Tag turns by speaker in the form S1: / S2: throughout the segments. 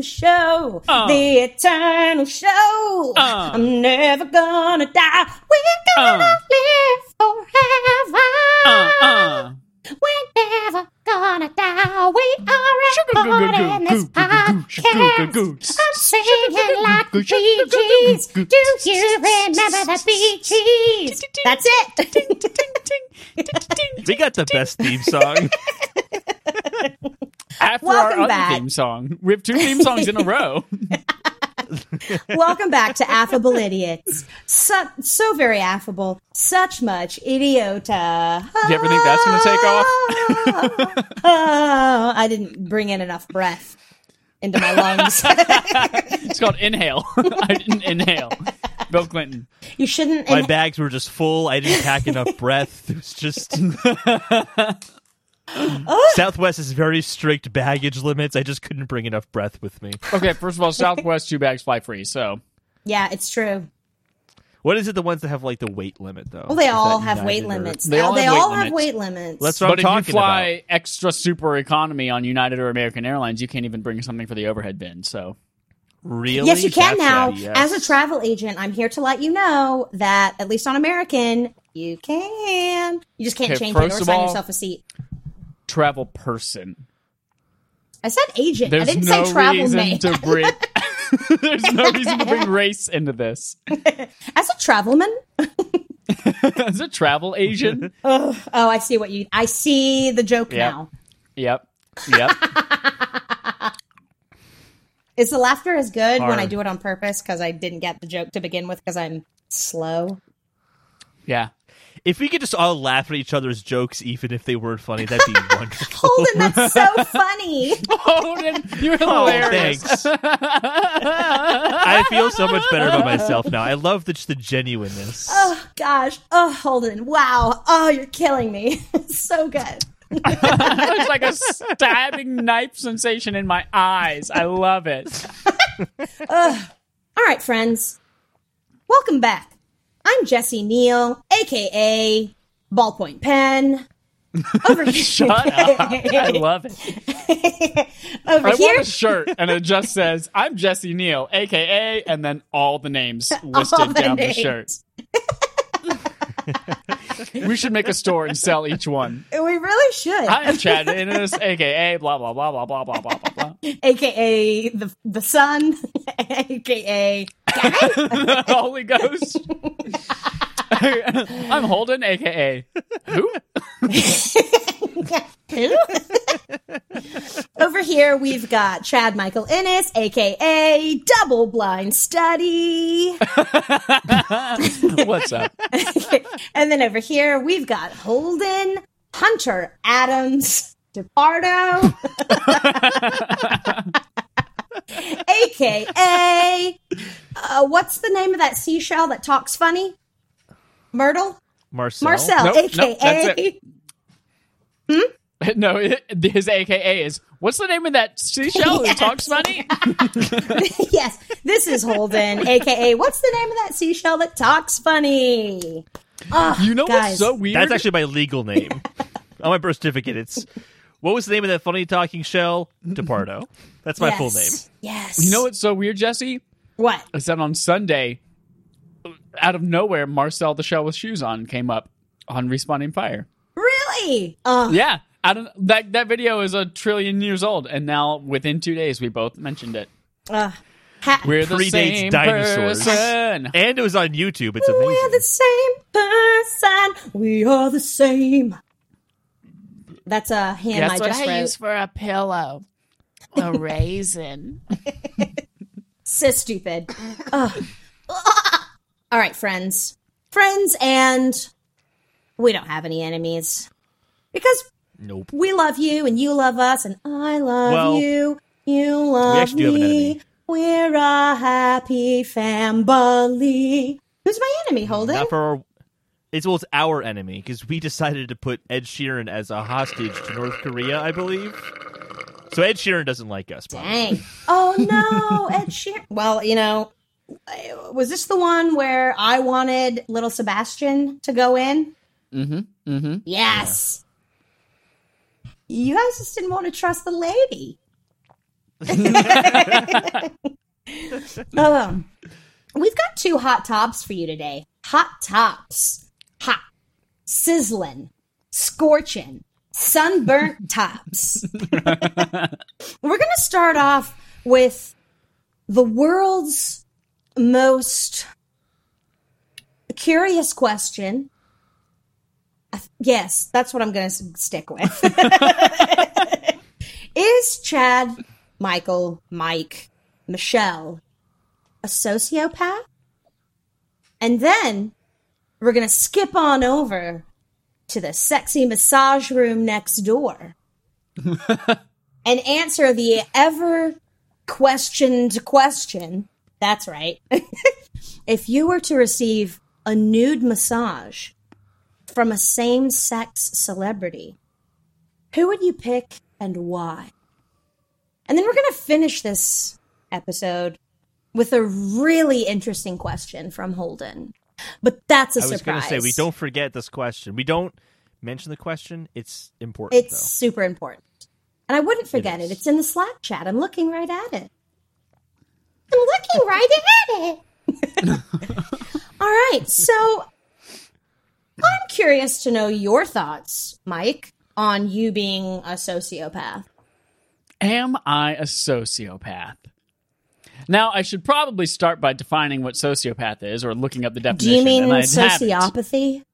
S1: show,
S2: Oh.
S1: the eternal show.
S2: Uh.
S1: I'm never gonna die. We're gonna
S2: Uh.
S1: live forever.
S2: Uh, uh.
S1: We're never gonna die. We are recording this podcast. I'm singing like the Bee Gees. Do you remember the Bee Gees? That's it.
S3: We got the best theme song.
S2: After
S1: Welcome
S2: our other
S1: back.
S2: theme song, we have two theme songs in a row.
S1: Welcome back to Affable Idiots. So, so very affable. Such much idiota.
S2: You ever think that's gonna take off?
S1: off? oh, I didn't bring in enough breath into my lungs.
S2: It's called Inhale. I didn't inhale. Bill Clinton.
S1: you shouldn't.
S3: My
S1: inha-
S3: bags were just full. I didn't pack enough breath. It was just.
S1: Oh.
S3: Southwest has very strict baggage limits. I just couldn't bring enough breath with me.
S2: Okay, first of all, Southwest two bags fly free. So
S1: yeah, it's true.
S3: What is it? The ones that have like the weight limit though.
S1: Well, they
S3: Is
S1: all
S3: that
S1: have
S3: United
S1: weight
S3: or-
S1: limits. Uh,
S2: They all
S1: they
S2: have weight
S1: all have
S2: limits.
S1: weight limits.
S3: That's what
S2: but
S3: I'm
S2: if you
S3: talking
S2: fly
S3: about.
S2: extra super economy on United or American Airlines, you can't even bring something for the overhead bin. So
S3: Really?
S1: Yes, you can now.
S3: That's BS.
S1: As a travel agent, I'm here to let you know that at least on American, you can. You just can't
S2: Okay,
S1: change it or
S2: first of
S1: sign
S2: all-
S1: yourself a seat.
S2: travel person.
S1: I said agent.
S2: There's
S1: I didn't
S2: no
S1: say travel
S2: reason
S1: man.
S2: to bring. There's no reason to bring race into this.
S1: As a travelman,
S2: As a travel agent.
S1: oh, I see what you. I see the joke
S2: Yeah.
S1: now.
S2: Yep. Yep.
S1: Is the laughter as good when
S3: Hard.
S1: I do it on purpose because I didn't get the joke to begin with because I'm slow?
S2: Yeah.
S3: If we could just all laugh at each other's jokes, even if they weren't funny, that'd be wonderful.
S1: Holden, that's so funny.
S2: Holden, you're hilarious.
S3: Oh, thanks. I feel so much better about myself now. I love the, just the genuineness.
S1: Oh gosh. Oh, Holden. Wow. Oh, you're killing me. so good.
S2: it's like a stabbing knife sensation in my eyes. I love it.
S1: All right, friends. Welcome back. I'm Jesse Neal, aka Ballpoint Pen. Over here.
S2: Shut up. I love it.
S1: Over
S2: I
S1: here.
S2: want a shirt, and it just says, "I'm Jesse Neal, aka," and then all the names listed
S1: All the
S2: down
S1: names.
S2: the shirt. we should make a store and sell each one.
S1: we really should.
S2: I am Chad Innes, aka blah blah blah blah blah blah blah blah blah.
S1: aka the the sun, aka
S2: The Holy Ghost. I'm Holden, aka who?
S1: who? Over here we've got Chad Michael Innes, aka Double Blind Study,
S2: What's up?
S1: and then over here we've got Holden Hunter Adams DePardo, aka uh, what's the name of that seashell that talks funny? Myrtle.
S3: Marcel.
S1: Marcel,
S2: Nope, nope,
S1: aka
S2: that's it. No, it- his aka is what's the name of that seashell who talks funny?
S1: yes, this is Holden, aka what's the name of that seashell that talks funny? Ah,
S2: You know
S1: guys,
S2: what's so weird?
S3: That's actually my legal name. On my birth certificate, it's what was the name of that funny talking shell? DePardo. That's my full name.
S1: yes, Yes.
S2: you know what's so weird, Jesse?
S1: what?
S2: I said on Sunday, out of nowhere, Marcel the Shell with Shoes on came up on Responding Fire.
S1: Really? Oh,
S2: Yeah. I don't that that video is a trillion years old, and now within two days we both mentioned it.
S1: uh, ha- we're,
S2: We're the
S3: Predates
S2: same
S3: dinosaurs.
S2: person.
S3: And it was on YouTube. It's amazing.
S1: the same person. We are the same. That's a hand
S2: That's
S1: I
S2: what
S1: just
S4: I
S1: wrote.
S4: use for a pillow. A raisin.
S1: So stupid. Ugh. All right, friends. Friends, and we don't have any enemies because
S3: Nope.
S1: we love you and you love us and I love
S3: Well,
S1: you. You love
S3: actually do have an
S1: me.
S3: enemy.
S1: We're a happy family. Who's my enemy, Holden?
S3: Not for our. It's well, it's our enemy because we decided to put Ed Sheeran as a hostage to North Korea, I believe. So Ed Sheeran doesn't like us. probably.
S1: Dang. Oh no, Ed Sheeran. Well, you know, was this the one where I wanted little Sebastian to go in?
S2: Mm-hmm. Mm-hmm.
S1: Yes. You guys just didn't want to trust the lady. Um, we've got two hot tops for you today. Hot tops. Hot. Sizzling. Scorching. Sunburnt tops. We're going to start off with the world's most curious question. I th- Yes, that's what I'm going to stick with. Is Chad, Michael, Mike, Michelle a sociopath? And then we're going to skip on over to the sexy massage room next door and answer the ever questioned question. That's right. if you were to receive a nude massage from a same sex celebrity, who would you pick and why? And then we're going to finish this episode with a really interesting question from Holden. But that's a
S3: I was
S1: surprise.
S3: to say we don't forget this question. We don't mention the question. It's important.
S1: It's super important. And I wouldn't forget it. It's in the Slack chat. I'm looking right at it. I'm looking right at it. All right. So I'm curious to know your thoughts, Mike, on you being a sociopath.
S2: Am I a sociopath? Now, I should probably start by defining what sociopath is or looking up the
S1: Do
S2: definition.
S1: you mean
S2: and I haven't.
S1: sociopathy?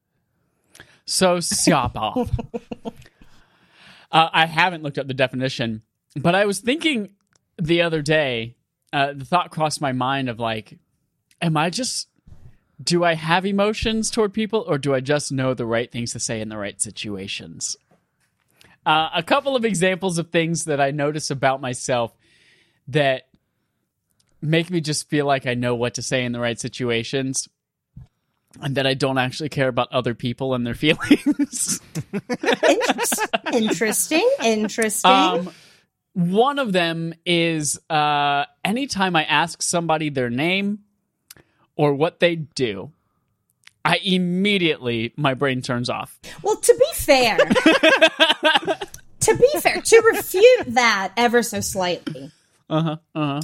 S2: Sociopath. uh, I haven't looked up the definition, but I was thinking the other day, uh, the thought crossed my mind of like, am I just, do I have emotions toward people or do I just know the right things to say in the right situations? Uh, a couple of examples of things that I notice about myself that make me just feel like I know what to say in the right situations and that I don't actually care about other people and their feelings.
S1: Interest- interesting. Interesting.
S2: Um, one of them is uh, anytime I ask somebody their name or what they do, I immediately my brain turns off.
S1: Well, to be fair, to be fair, to refute that ever so slightly, uh huh, uh huh,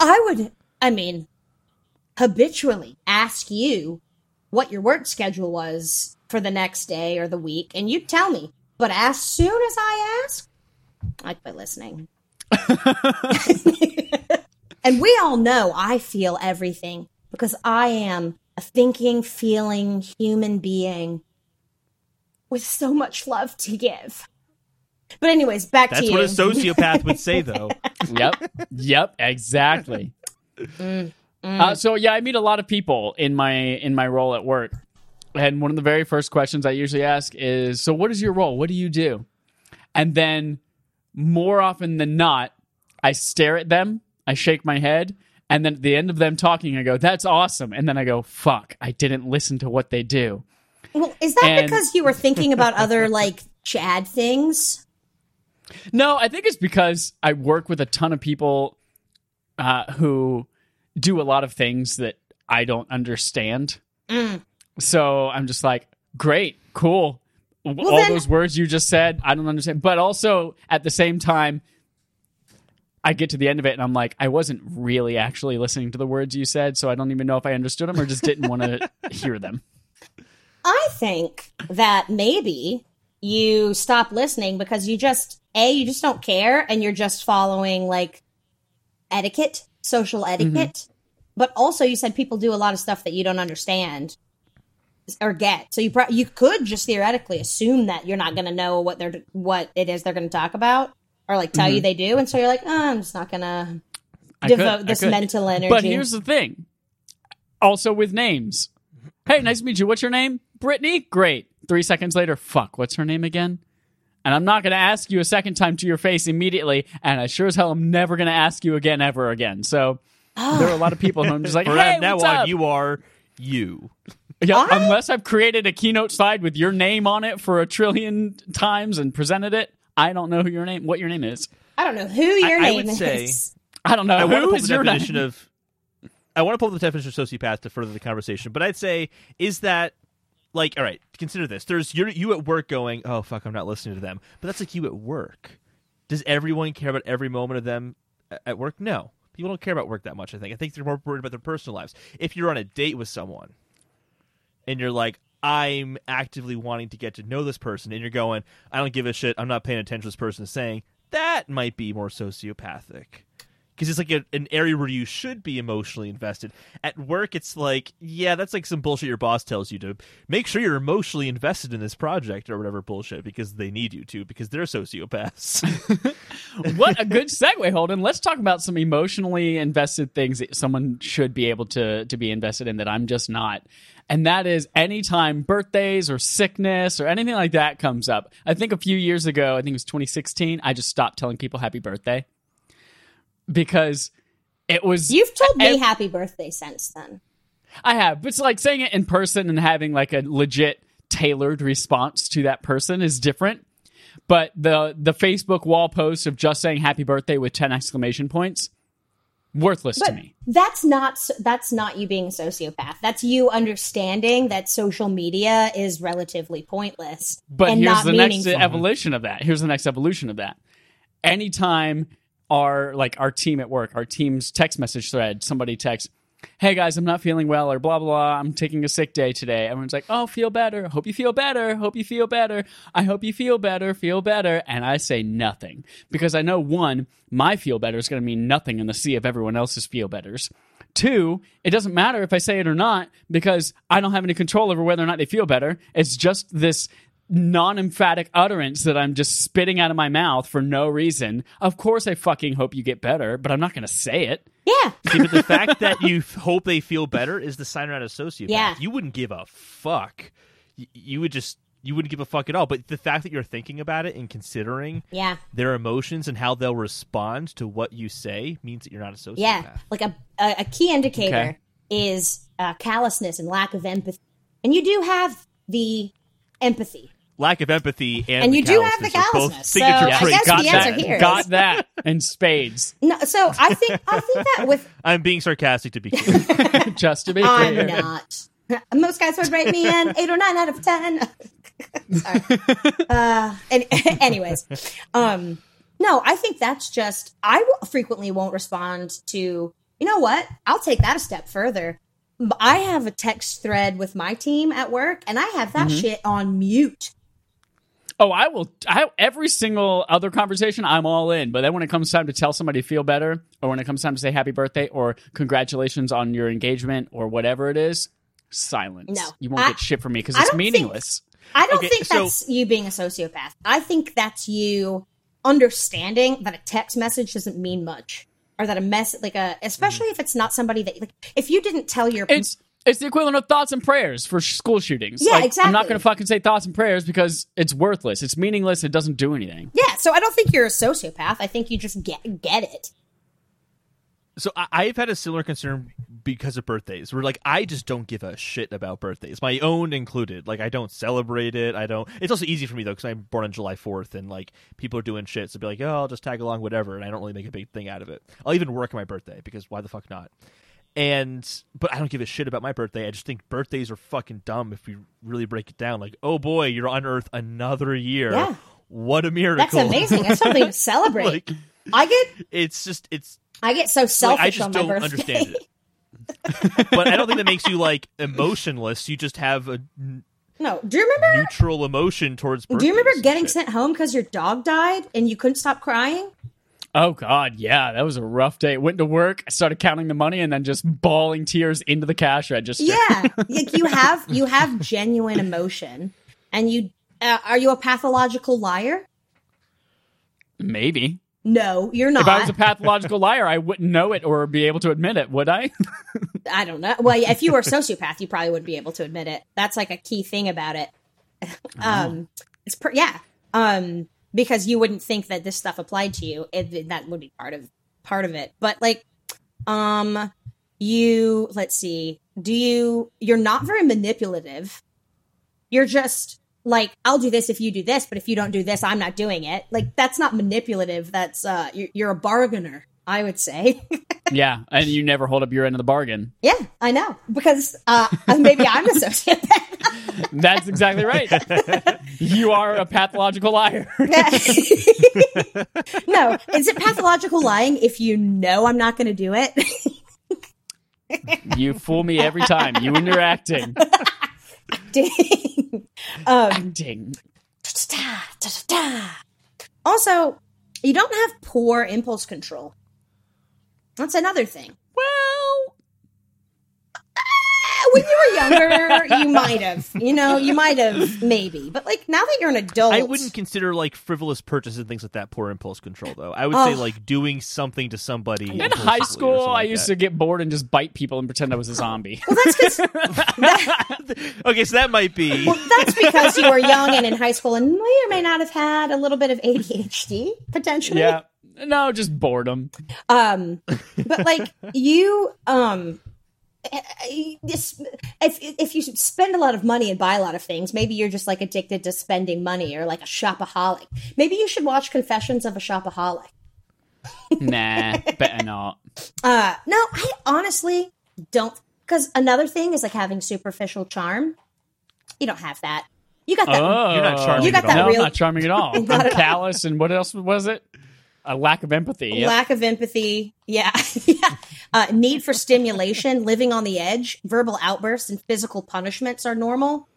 S1: I would, I mean, habitually ask you what your work schedule was for the next day or the week, and you'd tell me. But as soon as I ask, I'd quit listening. and we all know I feel everything because I am a thinking, feeling human being with so much love to give. But anyways, back to
S3: That's
S1: you.
S3: what a sociopath would say, though.
S2: Yep, yep, exactly. Uh, so yeah, I meet a lot of people in my in my role at work, and one of the very first questions I usually ask is, "So what is your role? What do you do?" And then more often than not, I stare at them, I shake my head, and then at the end of them talking, I go, "That's awesome," and then I go, "Fuck, I didn't listen to what they do."
S1: well, is that
S2: And-
S1: because you were thinking about other like Chad things?
S2: No, I think it's because I work with a ton of people uh, who do a lot of things that I don't understand.
S1: Mm.
S2: So I'm just like, great, cool. W All
S1: then-
S2: those words you just said, I don't understand. But also at the same time, I get to the end of it and I'm like, I wasn't really actually listening to the words you said. So I don't even know if I understood them or just didn't want to hear them.
S1: I think that maybe you stop listening because you just a you just don't care and you're just following like etiquette, social
S2: Mm-hmm.
S1: etiquette. But also, you said people do a lot of stuff that you don't understand or get. So you pro- you could just theoretically assume that you're not going to know what they're what it is they're going to talk about or like tell you they do, and so you're like, oh, I'm just not going to
S2: Mm-hmm. I could-
S1: devote
S2: I
S1: this
S2: could.
S1: mental energy.
S2: But here's the thing. Also with names. Hey, nice to meet you. What's your name? Brittany? Great. Three seconds later, fuck, what's her name again? And I'm not going to ask you a second time to your face immediately. And I sure as hell am never going to ask you again, ever again. So there are a lot of people who I'm just like,
S3: From
S2: hey,
S3: now
S2: what's
S3: on,
S2: up?
S3: you are you.
S2: Yeah,
S1: I-
S2: unless I've created a keynote slide with your name on it for a trillion times and presented it, I don't know who your name, what your name is.
S1: I don't know who your
S3: I
S1: name
S3: would
S1: is.
S3: say-
S2: I don't know.
S3: I want to
S2: who
S3: pull the
S2: is your name?
S3: definition of. I want to pull the definition of sociopath to further the conversation, but I'd say is that like all right? Consider this: there's you you at work going, oh fuck, I'm not listening to them. But that's like you at work. Does everyone care about every moment of them a- at work? No. People don't care about work that much. I think. I think they're more worried about their personal lives. If you're on a date with someone, and you're like, I'm actively wanting to get to know this person, and you're going, I don't give a shit. I'm not paying attention to this person. Is saying that might be more sociopathic. Because it's like a, an area where you should be emotionally invested. At work, it's like, yeah, that's like some bullshit your boss tells you to make sure you're emotionally invested in this project or whatever bullshit because they need you to because they're sociopaths.
S2: what a good segue, Holden. Let's talk about some emotionally invested things that someone should be able to to be invested in that I'm just not. And that is anytime birthdays or sickness or anything like that comes up. I think a few years ago, I think it was 2016, I just stopped telling people happy birthday because it was
S1: You've told me
S2: And-
S1: happy birthday since then.
S2: I have. But it's like saying it in person and having like a legit tailored response to that person is different. But the the Facebook wall post of just saying happy birthday with 10 exclamation points worthless to
S1: But
S2: me.
S1: that's not s- that's not you being a sociopath. That's you understanding that social media is relatively pointless
S2: But
S1: and
S2: here's
S1: not
S2: the next
S1: meaningful. Mm-hmm.
S2: evolution of that. Here's the next evolution of that. Anytime our like our team at work, our team's text message thread, somebody texts, "Hey guys, I'm not feeling well," or blah blah. blah I'm taking a sick day today. Everyone's like, "Oh, feel better. Hope you feel better. Hope you feel better. I hope you feel better. Feel better." And I say nothing because I know one, my feel better is going to mean nothing in the sea of everyone else's feel betters. Two, it doesn't matter if I say it or not because I don't have any control over whether or not they feel better. It's just this non emphatic utterance that I'm just spitting out of my mouth for no reason. Of course, I fucking hope you get better, but I'm not going to say it.
S1: yeah.
S3: See, but the fact that you f- hope they feel better is the sign you're not a sociopath.
S1: Yeah.
S3: You wouldn't give a fuck. Y- you would just you wouldn't give a fuck at all. But the fact that you're thinking about it and considering
S1: Yeah.
S3: their emotions and how they'll respond to what you say means that you're not a sociopath.
S1: Yeah, like a a, a key indicator
S2: Okay.
S1: is uh, callousness and lack of empathy, and you do have the empathy.
S3: Lack of empathy and
S1: And
S3: the
S1: you do have the
S3: callousness are both
S1: callousness, so
S3: signature
S1: I
S3: traits.
S1: guess
S2: got
S1: the
S2: that.
S1: answer here is-
S2: Got that in spades,
S1: No, so I think I think that with
S3: I'm being sarcastic to be clear.
S2: just to be
S1: I'm
S2: clear.
S1: not. Most guys would rate me an eight or nine out of ten. Sorry. Uh, and, anyways, um, no, I think that's just I w- frequently won't respond to. You know what? I'll take that a step further. M- I have a text thread with my team at work, and I have that shit on mute.
S2: Oh, I will. I, every single other conversation, I'm all in. But then when it comes time to tell somebody to feel better, or when it comes time to say happy birthday, or congratulations on your engagement, or whatever it is, silence.
S1: No.
S2: you won't
S1: I-
S2: get shit from me because
S1: I
S2: it's
S1: don't think-
S2: meaningless.
S1: I don't
S3: Okay,
S1: think
S3: so-
S1: that's you being a sociopath. I think that's you understanding that a text message doesn't mean much, or that a mess like a especially if it's not somebody that like if you didn't tell your
S2: It's it's the equivalent of thoughts and prayers for sh- school shootings.
S1: Yeah,
S2: like, I'm not
S1: exactly.
S2: going to fucking say thoughts and prayers because it's worthless. It's meaningless. It doesn't do anything.
S1: yeah. So I don't think you're a sociopath. I think you just get get it.
S3: so I- I've had a similar concern because of birthdays. Where like I just don't give a shit about birthdays, my own included. Like I don't celebrate it. I don't. It's also easy for me though because I'm born on July 4th, and like people are doing shit, so be like, oh, I'll just tag along, whatever. And I don't really make a big thing out of it. I'll even work on my birthday because why the fuck not? and but I don't give a shit about my birthday. I just think birthdays are fucking dumb if we really break it down. Like, oh boy, you're on Earth another year.
S1: Yeah.
S3: What a miracle!
S1: That's amazing. That's something to celebrate.
S3: like,
S1: I get
S3: it's just it's.
S1: I get so
S3: Like,
S1: selfish
S3: I just
S1: on my
S3: don't
S1: birthday.
S3: understand it. but I don't think that makes you like emotionless. You just have a n-
S1: no, do you remember?
S3: neutral emotion towards.
S1: Do you
S3: birthdays
S1: remember
S3: and
S1: getting
S3: shit.
S1: sent home because your dog died and you couldn't stop crying?
S2: Oh God, yeah, that was a rough day. Went to work, started counting the money, and then just bawling tears into the cash register.
S1: yeah like you have you have genuine emotion and you uh, are you a pathological liar
S2: maybe.
S1: no you're not
S2: If I was a pathological liar, I wouldn't know it or be able to admit it, would I?
S1: i don't know well yeah, if you were a sociopath you probably wouldn't be able to admit it that's like a key thing about it um it's per- yeah um because you wouldn't think that this stuff applied to you it, that would be part of part of it but like um you let's see do you you're not very manipulative you're just like i'll do this if you do this but if you don't do this i'm not doing it like that's not manipulative that's uh you're, you're a bargainer i would say
S2: yeah, and you never hold up your end of the bargain.
S1: yeah i know because uh maybe i'm a sociopath
S2: That's exactly right. you are a pathological liar.
S1: no, is it pathological lying if you know I'm not going to do it?
S2: you fool me every time. You and your acting.
S1: Dang. Um,
S2: Ding.
S1: also, you don't have poor impulse control. That's another thing.
S2: Well,
S1: Ah, When you were younger, you might have. You know, you might have maybe. But like now that you're an adult,
S3: I wouldn't consider like frivolous purchases and things like that poor impulse control though. I would say
S1: Oh.
S3: like doing something to somebody
S2: in high school, I used to get bored and just bite people and pretend I was a zombie.
S1: Well, that's because
S3: to. Okay, so that might be.
S1: well, that's because you were young and in high school, and may or may not have had a little bit of ADHD potentially.
S2: yeah. No, just boredom.
S1: um but like you um I- I- this if if you spend a lot of money and buy a lot of things maybe you're just like addicted to spending money or like a shopaholic maybe you should watch confessions of a shopaholic
S2: Nah, better not.
S1: uh no i honestly don't because another thing is like having superficial charm you don't have that you got that
S2: Oh,
S3: not charming
S1: You got at all. that
S2: no,
S1: real-
S2: I'm not charming at all.
S1: Not
S2: I'm
S1: at all.
S2: callous, and what else was it? A lack of empathy. Yep.
S1: lack of empathy yeah, yeah. Uh, need for stimulation living on the edge verbal outbursts and physical punishments are normal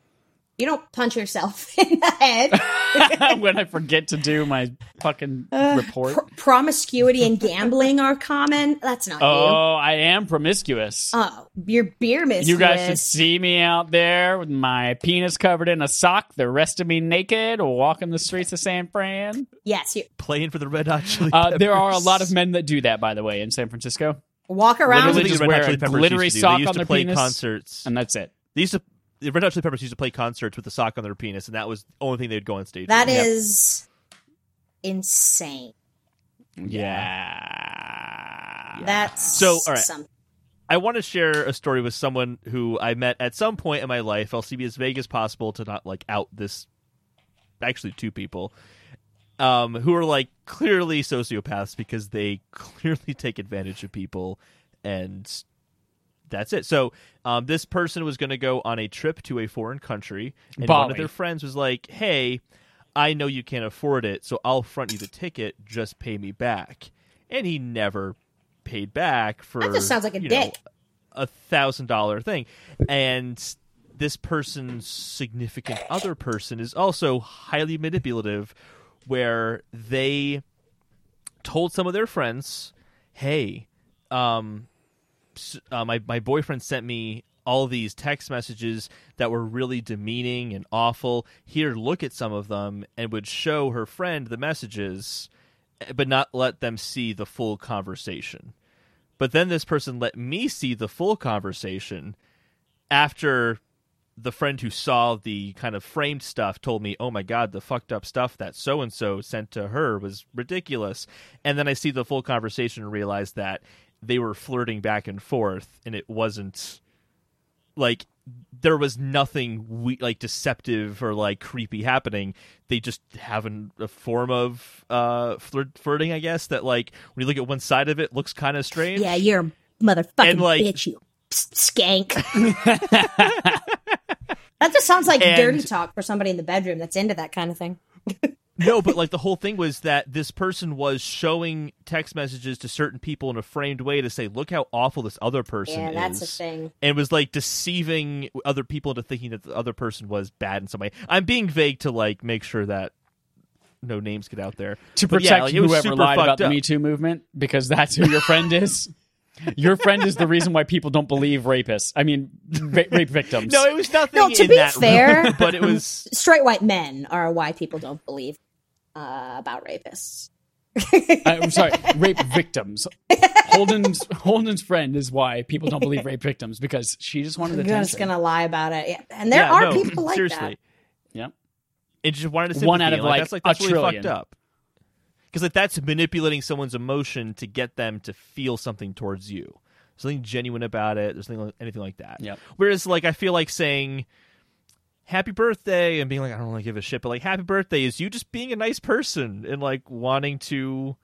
S1: you don't punch yourself in the head
S2: when I forget to do my fucking
S1: Uh,
S2: report.
S1: Pr- promiscuity and gambling are common that's not you
S2: oh, I am promiscuous.
S1: oh your beer miss
S2: you guys should see me out there with my penis covered in a sock, the rest of me naked, or walking the streets of San Fran.
S1: yes you
S3: Playing for the Red Hot Chili
S2: Uh, there
S3: Peppers.
S2: are a lot of men that do that, by the way, in San Francisco,
S1: walk
S3: I
S1: around
S3: don't think
S2: just
S3: the Red Hot
S2: wear a
S3: Chili Peppers
S2: glittery
S3: used to do.
S2: sock
S3: they used
S2: on
S3: to
S2: their
S3: play
S2: penis.
S3: concerts.
S2: and that's it.
S3: They used to the Red Hot Chili Peppers used to play concerts with the sock on their penis, and that was the only thing they'd go on stage.
S1: That
S3: with.
S1: is insane
S2: Yeah.
S1: that's
S3: So, all right.
S1: some-
S3: I want to share a story with someone who I met at some point in my life. I'll be as vague as possible to not like out this. Actually, two people, um, who are like clearly sociopaths because they clearly take advantage of people, and that's it. So, um, this person was going to go on a trip to a foreign country, and one
S2: Bali.
S3: of their friends was like, "Hey, I know you can't afford it, so I'll front you the ticket. Just pay me back." And he never paid back for
S1: That just sounds like a
S3: you know,
S1: dick.
S3: a thousand dollar thing, and this person's significant other person is also highly manipulative, where they told some of their friends, "Hey, um, s- uh, my my boyfriend sent me." All these text messages that were really demeaning and awful. Here, look at some of them, and would show her friend the messages, eh, but not let them see the full conversation. But then this person let me see the full conversation after the friend who saw the kind of framed stuff told me, "Oh my god, the fucked up stuff that so and so sent to her was ridiculous." And then I see the full conversation and realize that they were flirting back and forth and it wasn't like there was nothing we- like deceptive or like creepy happening. They just have an, a form of uh, flirt- flirting, I guess, that like when you look at one side of it looks kind of strange.
S1: yeah you're a motherfucking
S3: And, like-
S1: bitch you s- skank that just sounds like
S3: And-
S1: dirty talk for somebody in the bedroom that's into that kind of thing
S3: no, but like the whole thing was that this person was showing text messages to certain people in a framed way to say, "Look how awful this other person
S1: yeah
S3: is."
S1: that's a thing
S3: And was like deceiving other people into thinking that the other person was bad in some way. I'm being vague to like make sure that no names get out there
S2: to
S3: But
S2: protect
S3: yeah, like, it was
S2: whoever
S3: super
S2: lied about
S3: fucked
S2: the
S3: up.
S2: Me Too movement because that's who your friend is. Your friend is the reason why people don't believe rapists. I mean, ra- rape victims.
S3: No, it was nothing.
S1: No, to
S3: in
S1: be
S3: that
S1: fair-
S3: realm, but it was
S1: straight white men are why people don't believe uh, about rapists.
S2: Uh, I'm sorry, rape victims. Holden's Holden's friend is why people don't believe rape victims because she just wanted
S1: You're just
S2: attention.
S1: gonna lie about it, yeah. and there
S3: yeah,
S1: are
S3: no,
S1: people like
S3: seriously.
S2: Yep.
S3: It just wanted to
S2: One out of, like,
S3: that's like
S2: a
S3: that's really
S2: trillion.
S3: fucked up. Because like that's manipulating someone's emotion to get them to feel something towards you. There's nothing genuine about it. There's nothing anything like that.
S2: Yep.
S3: Whereas like I feel like saying happy birthday and being like I don't really give a shit, but like happy birthday is you just being a nice person and like wanting to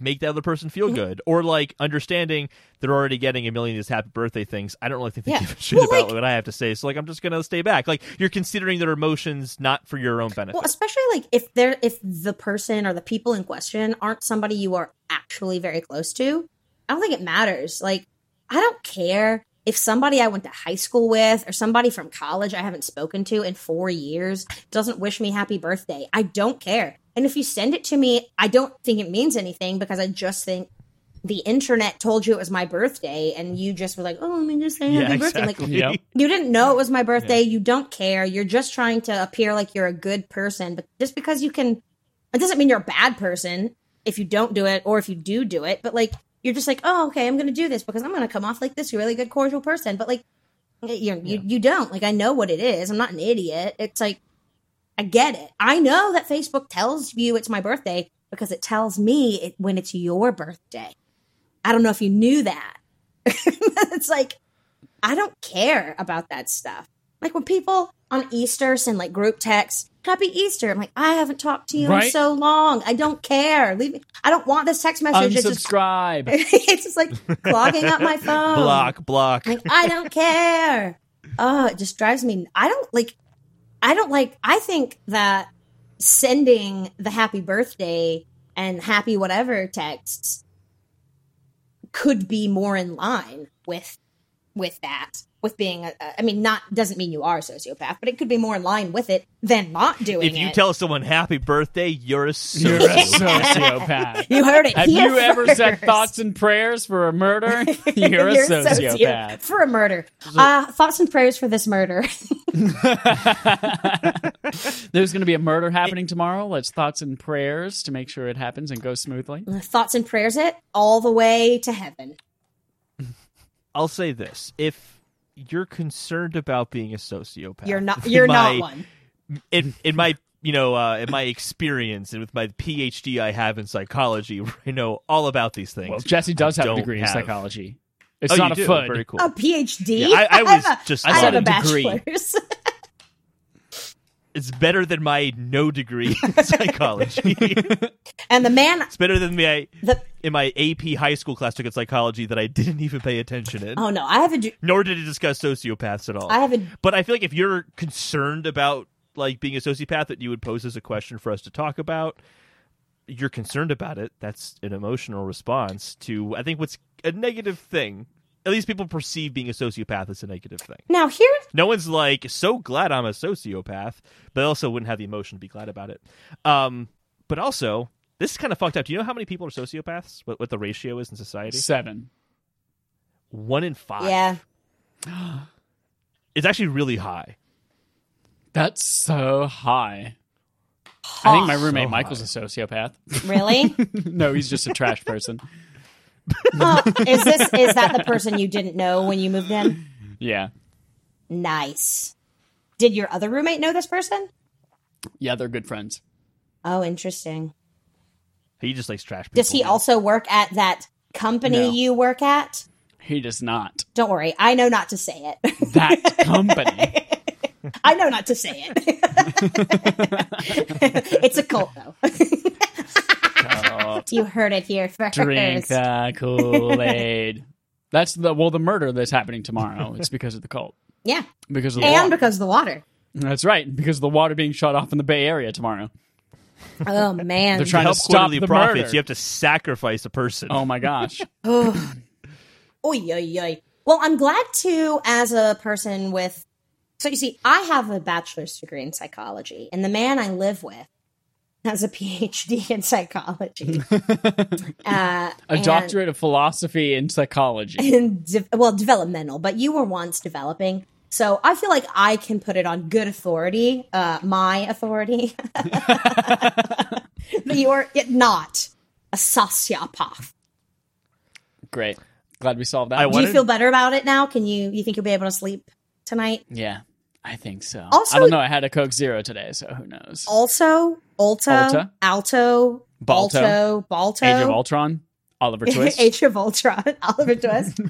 S3: make that other person
S2: Mm-hmm.
S3: feel good or like understanding they're already getting a million of these happy birthday things i don't really think they
S1: Yeah.
S3: give a shit
S1: Well,
S3: about
S1: like-
S3: what i have to say so like i'm just gonna stay back like you're considering their emotions not for your own benefit
S1: Well, especially like if they're if the person or the people in question aren't somebody you are actually very close to, I don't think it matters. Like, I don't care if somebody I went to high school with or somebody from college I haven't spoken to in four years doesn't wish me happy birthday. I don't care. And if you send it to me, I don't think it means anything because I just think the internet told you it was my birthday and you just were like, oh, let me just say happy birthday. Like,
S2: Yep.
S1: you didn't know it was my birthday. You don't care. You're just trying to appear like you're a good person. But just because you can, it doesn't mean you're a bad person if you don't do it or if you do do it. But like, you're just like, oh, okay, I'm going to do this because I'm going to come off like this really good, cordial person. But like, you you you don't like. I know what it is. I'm not an idiot. It's like I get it. I know that Facebook tells you it's my birthday because it tells me it, when it's your birthday. I don't know if you knew that. it's like I don't care about that stuff. Like when people on Easter send like group texts, "Happy Easter," I'm like, I haven't talked to you in
S2: Right.
S1: so long. I don't care. Leave me. I don't want this text message. It's just,
S2: Unsubscribe.
S1: it's just like clogging up my phone.
S3: block block
S1: Like, um, I don't care. Oh, it just drives me. I don't like. I don't like. I think that sending the happy birthday and happy whatever texts could be more in line with with that with being a, a- I mean not doesn't mean you are a sociopath but it could be more in line with it than not doing
S3: if you
S1: it.
S3: tell someone happy birthday you're a
S2: You're a
S3: sociopath
S2: sociopath.
S1: you heard it
S2: Have
S1: here
S2: you ever said
S1: first.
S2: thoughts and prayers for a murder? You're a
S1: You're
S2: sociopath.
S1: for a murder uh, thoughts and prayers for this murder
S2: There's going to be a murder happening tomorrow. Let's thoughts and prayers to make sure it happens and goes smoothly.
S1: thoughts and prayers it all the way to heaven
S3: i'll say this if you're concerned about being a sociopath
S1: You're not. You're
S3: my-
S1: not one.
S3: in in my you know uh, in my experience and with my PhD I have in psychology, where I know all about these things.
S2: Well, Jesse does
S3: I
S2: have a
S3: don't
S2: degree in
S3: have-
S2: psychology. It's
S3: oh,
S2: not a
S3: you do?
S2: FUD.
S3: Very cool.
S1: A PhD.
S3: Yeah, I- I was
S1: have a-
S3: just
S1: I have a
S2: lying. Degree.
S1: bachelor's.
S3: It's better than my no degree in psychology. it's
S1: and the man.
S3: better than my
S1: The
S3: in my AP high school class took in psychology that I didn't even pay attention in.
S1: oh no, I have a. d-
S3: Nor did it discuss sociopaths at all.
S1: I have a.
S3: But I feel like if you're concerned about like being a sociopath, that you would pose as a question for us to talk about. You're concerned about it. That's an emotional response to I think what's a negative thing. At least people perceive being a sociopath as a negative thing.
S1: Now here,
S3: No one's like so glad I'm a sociopath, but also wouldn't have the emotion to be glad about it. Um, but also, this is kind of fucked up. Do you know how many people are sociopaths? What, what the ratio is in society?
S2: Seven.
S3: One in five.
S1: yeah,
S3: it's actually really high.
S2: That's so high. I think my roommate
S3: So
S2: Michael's a sociopath.
S1: really.
S2: no, he's just a trash person.
S1: oh, is this is that the person you didn't know when you moved in?
S2: Yeah.
S1: Nice. Did your other roommate know this person?
S2: Yeah, they're good friends.
S1: Oh, interesting.
S3: He just likes trash. People.
S1: Does he also work at that company
S2: No.
S1: you work at?
S2: He does not.
S1: Don't worry, I know not to say it.
S2: That company.
S1: I know not to say it. it's a cult, though. you heard it here first.
S2: Drink the Kool Aid. That's the well, the murder that's happening tomorrow. It's because of the cult.
S1: Yeah,
S2: Because of the
S1: and
S2: water.
S1: because of the water.
S2: That's right. Because of the water being shut off in the Bay Area tomorrow.
S1: Oh man.
S2: They're trying to
S3: help
S2: stop
S3: quarterly
S2: the
S3: profits,
S2: murder.
S3: you have to sacrifice a person.
S2: Oh my gosh.
S1: Oy, oy, oy. Well, I'm glad to, as a person with. So you see, I have a bachelor's degree in psychology, and the man I live with has a PhD in psychology. uh,
S2: A
S1: and-
S2: doctorate of philosophy and psychology.
S1: in de- well developmental but you were once developing so i feel like i can put it on good authority uh my authority that you are yet not a sociopath
S2: Great. Glad we solved that.
S3: I
S2: one.
S1: do you
S3: What?
S1: feel better about it now can you you think you'll be able to sleep tonight
S2: Yeah, I think so.
S1: Also-
S2: I don't know. I had a Coke Zero today, so who knows?
S1: also alto
S2: Alta.
S1: alto
S2: Balto.
S1: Alto, balto
S2: Age of Ultron, Oliver Twist.
S1: Age of Ultron, Oliver Twist.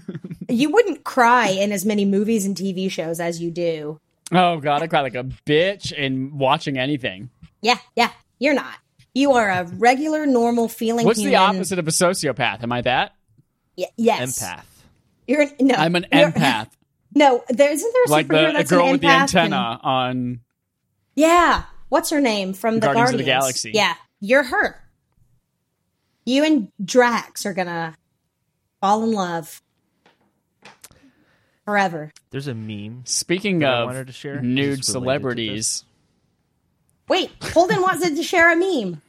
S1: you wouldn't cry in as many movies and TV shows as you do
S2: oh god, I cry like a bitch in watching anything.
S1: Yeah, yeah, you're not. You are a regular, normal, feeling.
S2: What's
S1: human.
S2: the opposite of a sociopath? Am I that?
S1: Y- yes,
S3: Empath.
S1: You're an, no.
S2: I'm an
S1: you're-
S2: empath,
S1: No, there isn't there a
S2: like
S1: superhero
S2: the, the
S1: that's
S2: girl
S1: an
S2: with the
S1: empath and-
S2: antenna on.
S1: yeah, what's her name from the
S2: Guardians
S1: Guardians,
S2: of the Galaxy.
S1: Yeah, you're her. You and Drax are gonna fall in love forever.
S3: There's a meme.
S2: Speaking
S3: That I
S2: of
S3: wanted to share? Is
S2: nude
S3: this related to
S2: celebrities,
S1: Wait, Holden wanted to share a meme.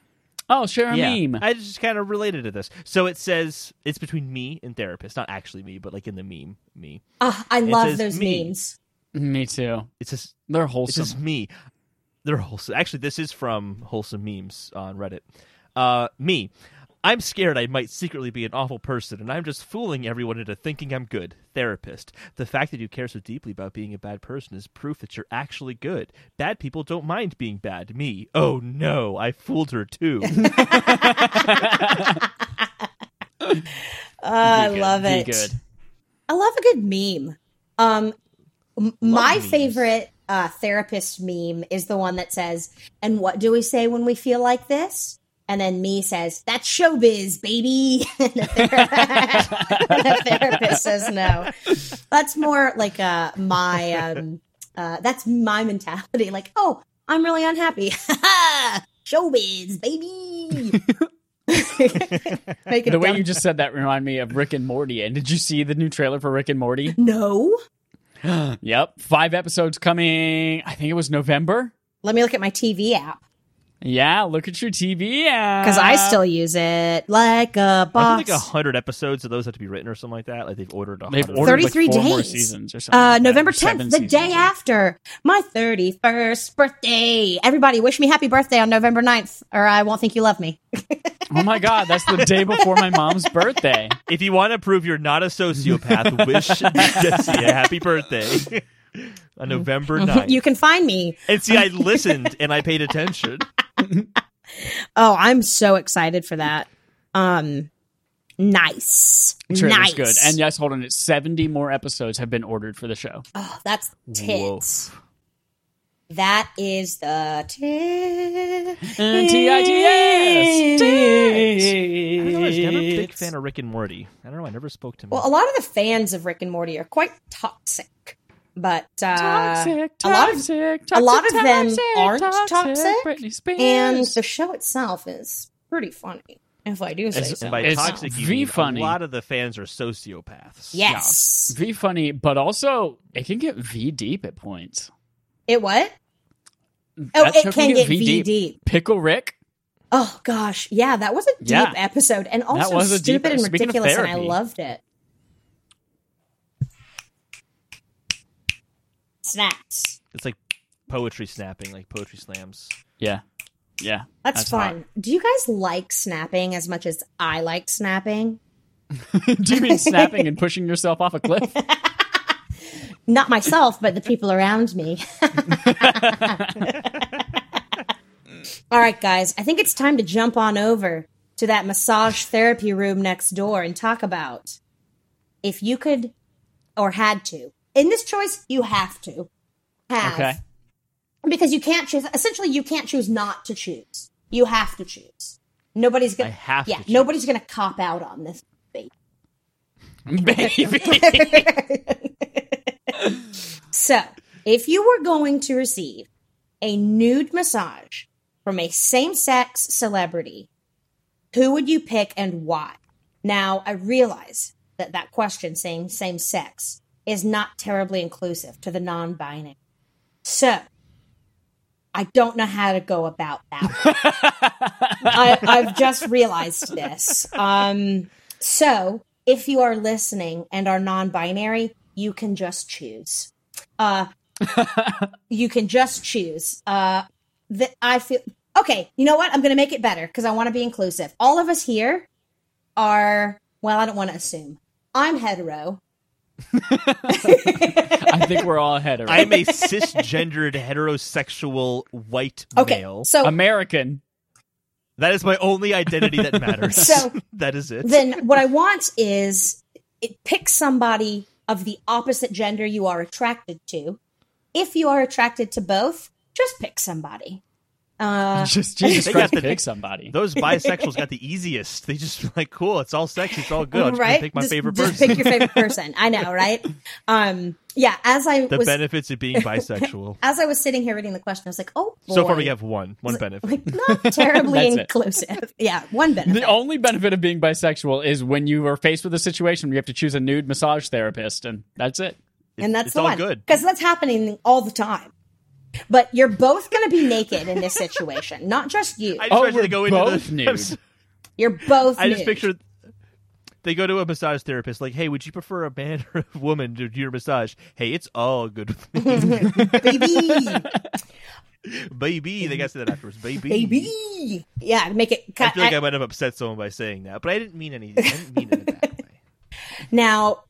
S2: oh, share a
S3: yeah,
S2: meme.
S3: I just kind of related to this. So it says it's between me and therapist, not actually me, but like in the meme, me.
S1: Ah, I
S3: It
S1: love
S3: says
S1: those
S3: me.
S1: memes.
S2: Me too.
S3: It's just
S2: They're
S3: It's
S2: wholesome.
S3: just me. They're wholesome. Actually, this is from wholesome memes on Reddit. Uh, me. I'm scared I might secretly be an awful person, and I'm just fooling everyone into thinking I'm good. Therapist. The fact that you care so deeply about being a bad person is proof that you're actually good. Bad people don't mind being bad. Me. Oh no, I fooled her too.
S1: Ah, I
S2: Be good.
S1: love
S2: Be
S1: it.
S2: good.
S1: I love a good meme. Um, m- my
S3: memes.
S1: favorite uh, therapist meme is the one that says, "And what do we say when we feel like this?" And then me says, "That's showbiz, baby." and the ther- and the therapist says, "No." That's more like uh, my um, uh, that's my mentality. Like, oh, I'm really unhappy. showbiz, baby. Make it
S2: The way
S1: dumb-
S2: you just said that reminded me of Rick and Morty. And did you see the new trailer for Rick and Morty?
S1: no.
S2: Yep, five episodes coming. I think it was November.
S1: Let me look at my TV app.
S2: Yeah, look at your TV app.
S1: because I still use it like a
S3: I
S1: boss.
S3: think like hundred episodes of those have to be written or something like that. Like they've ordered a
S2: They've
S3: hundred.
S2: ordered like
S1: 33
S2: four more
S1: days.
S2: seasons or something.
S1: uh,
S2: like that,
S1: November
S2: or seven
S1: 10th, the day
S2: seasons.
S1: after my 31st birthday. Everybody, wish me happy birthday on November 9th, or I won't think you love me.
S2: Oh my god, that's the day before my mom's birthday.
S3: If you want to prove you're not a sociopath, wish Jesse a happy birthday on November 9th.
S1: You can find me.
S3: And see, I listened and I paid attention.
S1: Oh, I'm so excited for that. Um, nice.
S2: Trailer's
S1: nice.
S2: good. And yes, hold on, it's 70 more episodes have been ordered for the show.
S1: oh, that's tits. That is the tits.
S2: T-I-T-S.
S3: I don't know, I was never a big fan of Rick and Morty. I don't know. I never spoke to him.
S1: Well, a lot of the fans of Rick and Morty are quite toxic, but uh,
S2: Toxic,
S1: a lot of
S2: toxic,
S1: a lot of
S2: toxic,
S1: them
S2: toxic,
S1: aren't toxic,
S2: Britney Spears.
S1: and the show itself is pretty funny. If I do say
S3: and,
S1: so.
S3: and by
S2: It's
S3: toxic, you
S2: V
S3: mean
S2: funny.
S3: a lot of the fans are sociopaths.
S1: yes,
S2: V funny, but also it can get V deep at points.
S1: it what? Oh,
S2: That
S1: it
S2: show
S1: can get V deep.
S2: Pickle Rick.
S1: Oh gosh, yeah, that was a deep
S2: Yeah.
S1: episode, and also
S2: was a deep-
S1: stupid and
S2: speaking of
S1: ridiculous, and I
S2: therapy.
S1: loved it. Snaps.
S3: It's like poetry snapping, like poetry slams.
S2: Yeah, yeah,
S1: That's,
S2: That's
S1: fun. Do you guys like snapping as much as I like snapping?
S2: Do you mean snapping and pushing yourself off a cliff?
S1: Not myself, but the people around me. All right, guys, I think it's time to jump on over to that massage therapy room next door and talk about if you could or had to. In this choice, you have to have.
S2: Okay.
S1: Because you can't choose. Essentially, you can't choose not to choose. You have to choose. Nobody's gonna.
S3: I have to
S1: Yeah,
S3: choose.
S1: nobody's gonna cop out on this. Baby.
S2: Baby.
S1: So, if you were going to receive a nude massage from a same sex celebrity, who would you pick and why? Now, I realize that that question, saying same sex, is not terribly inclusive to the non binary. So, I don't know how to go about that. I, I've just realized this. Um, so, if you are listening and are non binary, you can just choose. Uh, you can just choose. Uh, that I feel okay. You know what? I'm going to make it better because I want to be inclusive. All of us here are, well, I don't want to assume. I'm hetero.
S2: I think we're all ahead of
S3: I'm a cisgendered heterosexual white
S1: Okay.
S3: male.
S1: So,
S2: American.
S3: That is my only identity that matters.
S1: So-
S3: that is it.
S1: then what I want is it pick somebody of the opposite gender you are attracted to. If you are attracted to both, just pick somebody. Uh,
S2: Just Jesus
S3: They
S2: Christ,
S3: got the-
S2: pick somebody.
S3: Those bisexuals got the easiest. They just like, cool, it's all sex, it's all good. I'm just gonna
S1: right?
S3: pick my
S1: Just-
S3: favorite
S1: just
S3: person.
S1: pick your favorite person. I know, right? Um, yeah. As I
S3: the
S1: was
S3: benefits of being bisexual.
S1: as I was sitting here reading the question, I was like, oh, boy.
S3: so far, we have one, one benefit.
S1: like not terribly
S2: That's it.
S1: inclusive. Yeah, one benefit.
S2: The only benefit of being bisexual is when you are faced with a situation where you have to choose a nude massage therapist, and that's it.
S1: and that's
S3: it's
S1: the
S3: all
S1: one
S3: good.
S1: because that's happening all the time. But you're both going to be naked in this situation, not just you.
S3: I just
S2: Oh,
S3: wanted
S2: we're
S3: to go
S2: both
S3: into the.
S2: nude.
S1: You're both.
S3: I just
S1: nude.
S3: pictured they go to a massage therapist, like, "Hey, would you prefer a man or a woman to do your massage?" Hey, it's all good, with me.
S1: baby,
S3: baby. They got to say that afterwards, baby.
S1: baby. Yeah, make it
S3: I
S1: cut.
S3: feel like I,
S1: I-
S3: might have upset someone by saying that, but I didn't mean any. I didn't mean it in a bad way.
S1: now,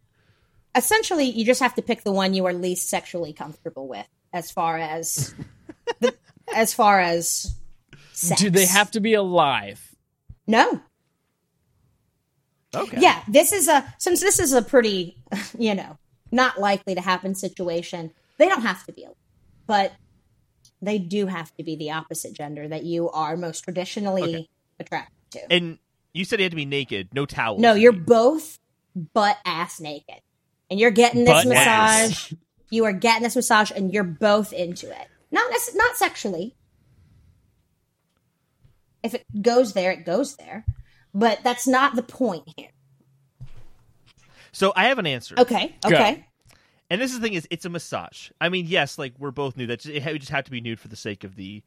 S1: essentially, you just have to pick the one you are least sexually comfortable with, as far as the, as far as sex.
S2: Do they have to be alive?
S1: no?
S3: Okay.
S1: Yeah, this is a since this is a pretty, you know, not likely to happen situation. They don't have to be, alive, but they do have to be the opposite gender that you are most traditionally
S3: Okay.
S1: attracted to.
S3: And you said you had to be naked, no towels.
S1: no, you're both butt ass naked, and you're getting this
S2: Butt
S1: massage.
S2: ass.
S1: You are getting this massage, and you're both into it. Not nec- not sexually. If it goes there, it goes there. But that's not the point here.
S3: So I have an answer.
S1: Okay. Okay.
S3: And this is the thing is, it's a massage. I mean, yes, like we're both nude. That's it, we just have to be nude for the sake of the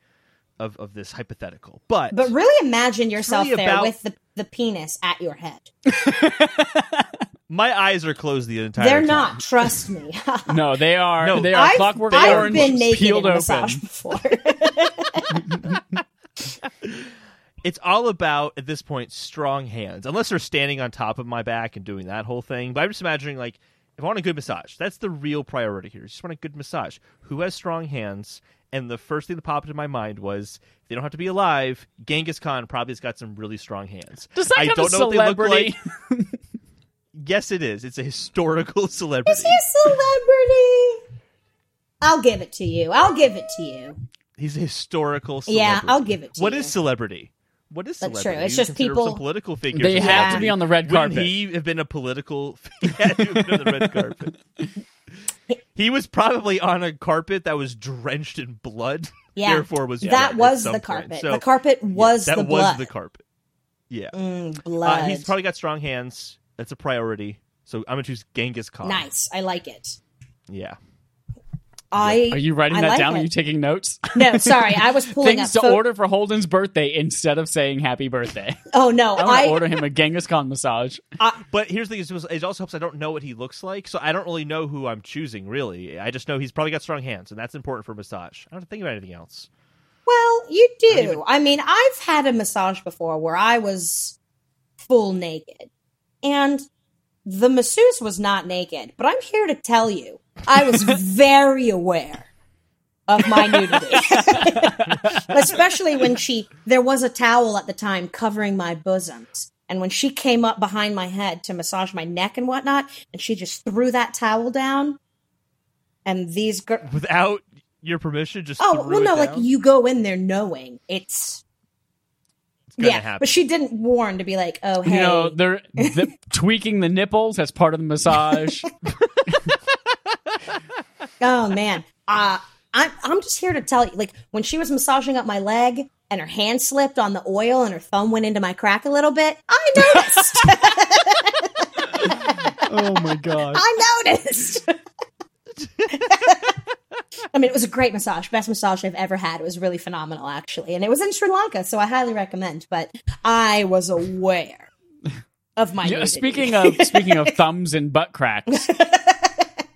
S3: of of this hypothetical. But
S1: But really imagine yourself
S3: really
S1: there
S3: about-
S1: with the, the penis at your head.
S3: my eyes are closed the entire.
S1: They're
S3: time.
S1: not, trust me.
S2: No, they are.
S3: No.
S2: they are
S1: I've,
S2: clockwork
S1: I've
S2: orange,
S1: been naked in
S2: peeled
S1: a
S2: open.
S1: massage before.
S3: It's all about at this point strong hands, unless they're standing on top of my back and doing that whole thing. But I'm just imagining like if I want a good massage, that's the real priority here. I just want a good massage. Who has strong hands? And the first thing that popped into my mind was they don't have to be alive. Genghis Khan probably has got some really strong hands.
S2: Does that
S3: I
S2: count
S3: don't
S2: as
S3: know what they look
S2: celebrity?
S3: like. Yes, it is. It's a historical celebrity.
S1: He's a celebrity. I'll give it to you. I'll give it to you.
S3: He's a historical celebrity.
S1: Yeah, I'll give it to
S3: What
S1: you.
S3: is celebrity? What is
S1: That's
S3: celebrity?
S1: true. It's
S3: You
S1: just
S3: consider
S1: people-
S3: Some political figures.
S2: They
S3: a
S2: have to
S3: celebrity.
S2: be on the red
S3: Wouldn't
S2: carpet.
S3: he have been a political? he had to have been on the red carpet. He was probably on a carpet that was drenched in blood.
S1: Yeah.
S3: Therefore, was red
S1: that
S3: at
S1: was
S3: some
S1: the
S3: point.
S1: carpet.
S3: So,
S1: the carpet
S3: yeah,
S1: was
S3: that
S1: the
S3: was
S1: blood.
S3: the carpet. Yeah,
S1: Mm,
S3: Uh,
S1: blood.
S3: he's probably got strong hands. That's a priority. So I'm gonna choose Genghis Khan.
S1: nice. I like it.
S3: Yeah.
S1: I
S2: Are you writing
S1: I
S2: that
S1: like
S2: down?
S1: it.
S2: Are you taking notes?
S1: No, sorry. I was pulling
S2: Things to
S1: up. pho-
S2: order for Holden's birthday instead of saying happy birthday.
S1: Oh no,
S2: I'm gonna
S1: I
S2: order him a Genghis Khan massage.
S1: Uh,
S3: But here's the thing: it also helps. I don't know what he looks like, so I don't really know who I'm choosing. Really, I just know he's probably got strong hands, and that's important for massage. I don't think about anything else.
S1: Well, you do. I mean, I've had a massage before where I was full naked, and the masseuse was not naked. But I'm here to tell you, I was very aware of my nudity, especially when she. There was a towel at the time covering my bosoms. And when she came up behind my head to massage my neck and whatnot, and she just threw that towel down, and these girls,
S3: Without your permission, just
S1: Oh
S3: threw
S1: well,
S3: it
S1: no, like
S3: down?
S1: you go in there knowing it's,
S3: It's gonna
S1: yeah,
S3: happen.
S1: but she didn't warn to be like, oh hey,
S2: You know, they're the, tweaking the nipples. That's part of the massage.
S1: oh man, uh, I'm I'm just here to tell you, like when she was massaging up my leg and her hand slipped on the oil and her thumb went into my crack a little bit, I noticed.
S2: oh my god!
S1: I noticed. I mean, it was a great massage, best massage I've ever had. It was really phenomenal, actually, and it was in Sri Lanka, so I highly recommend. But I was aware of my.
S2: Yeah,
S1: nudity.
S2: speaking of speaking of thumbs and butt cracks,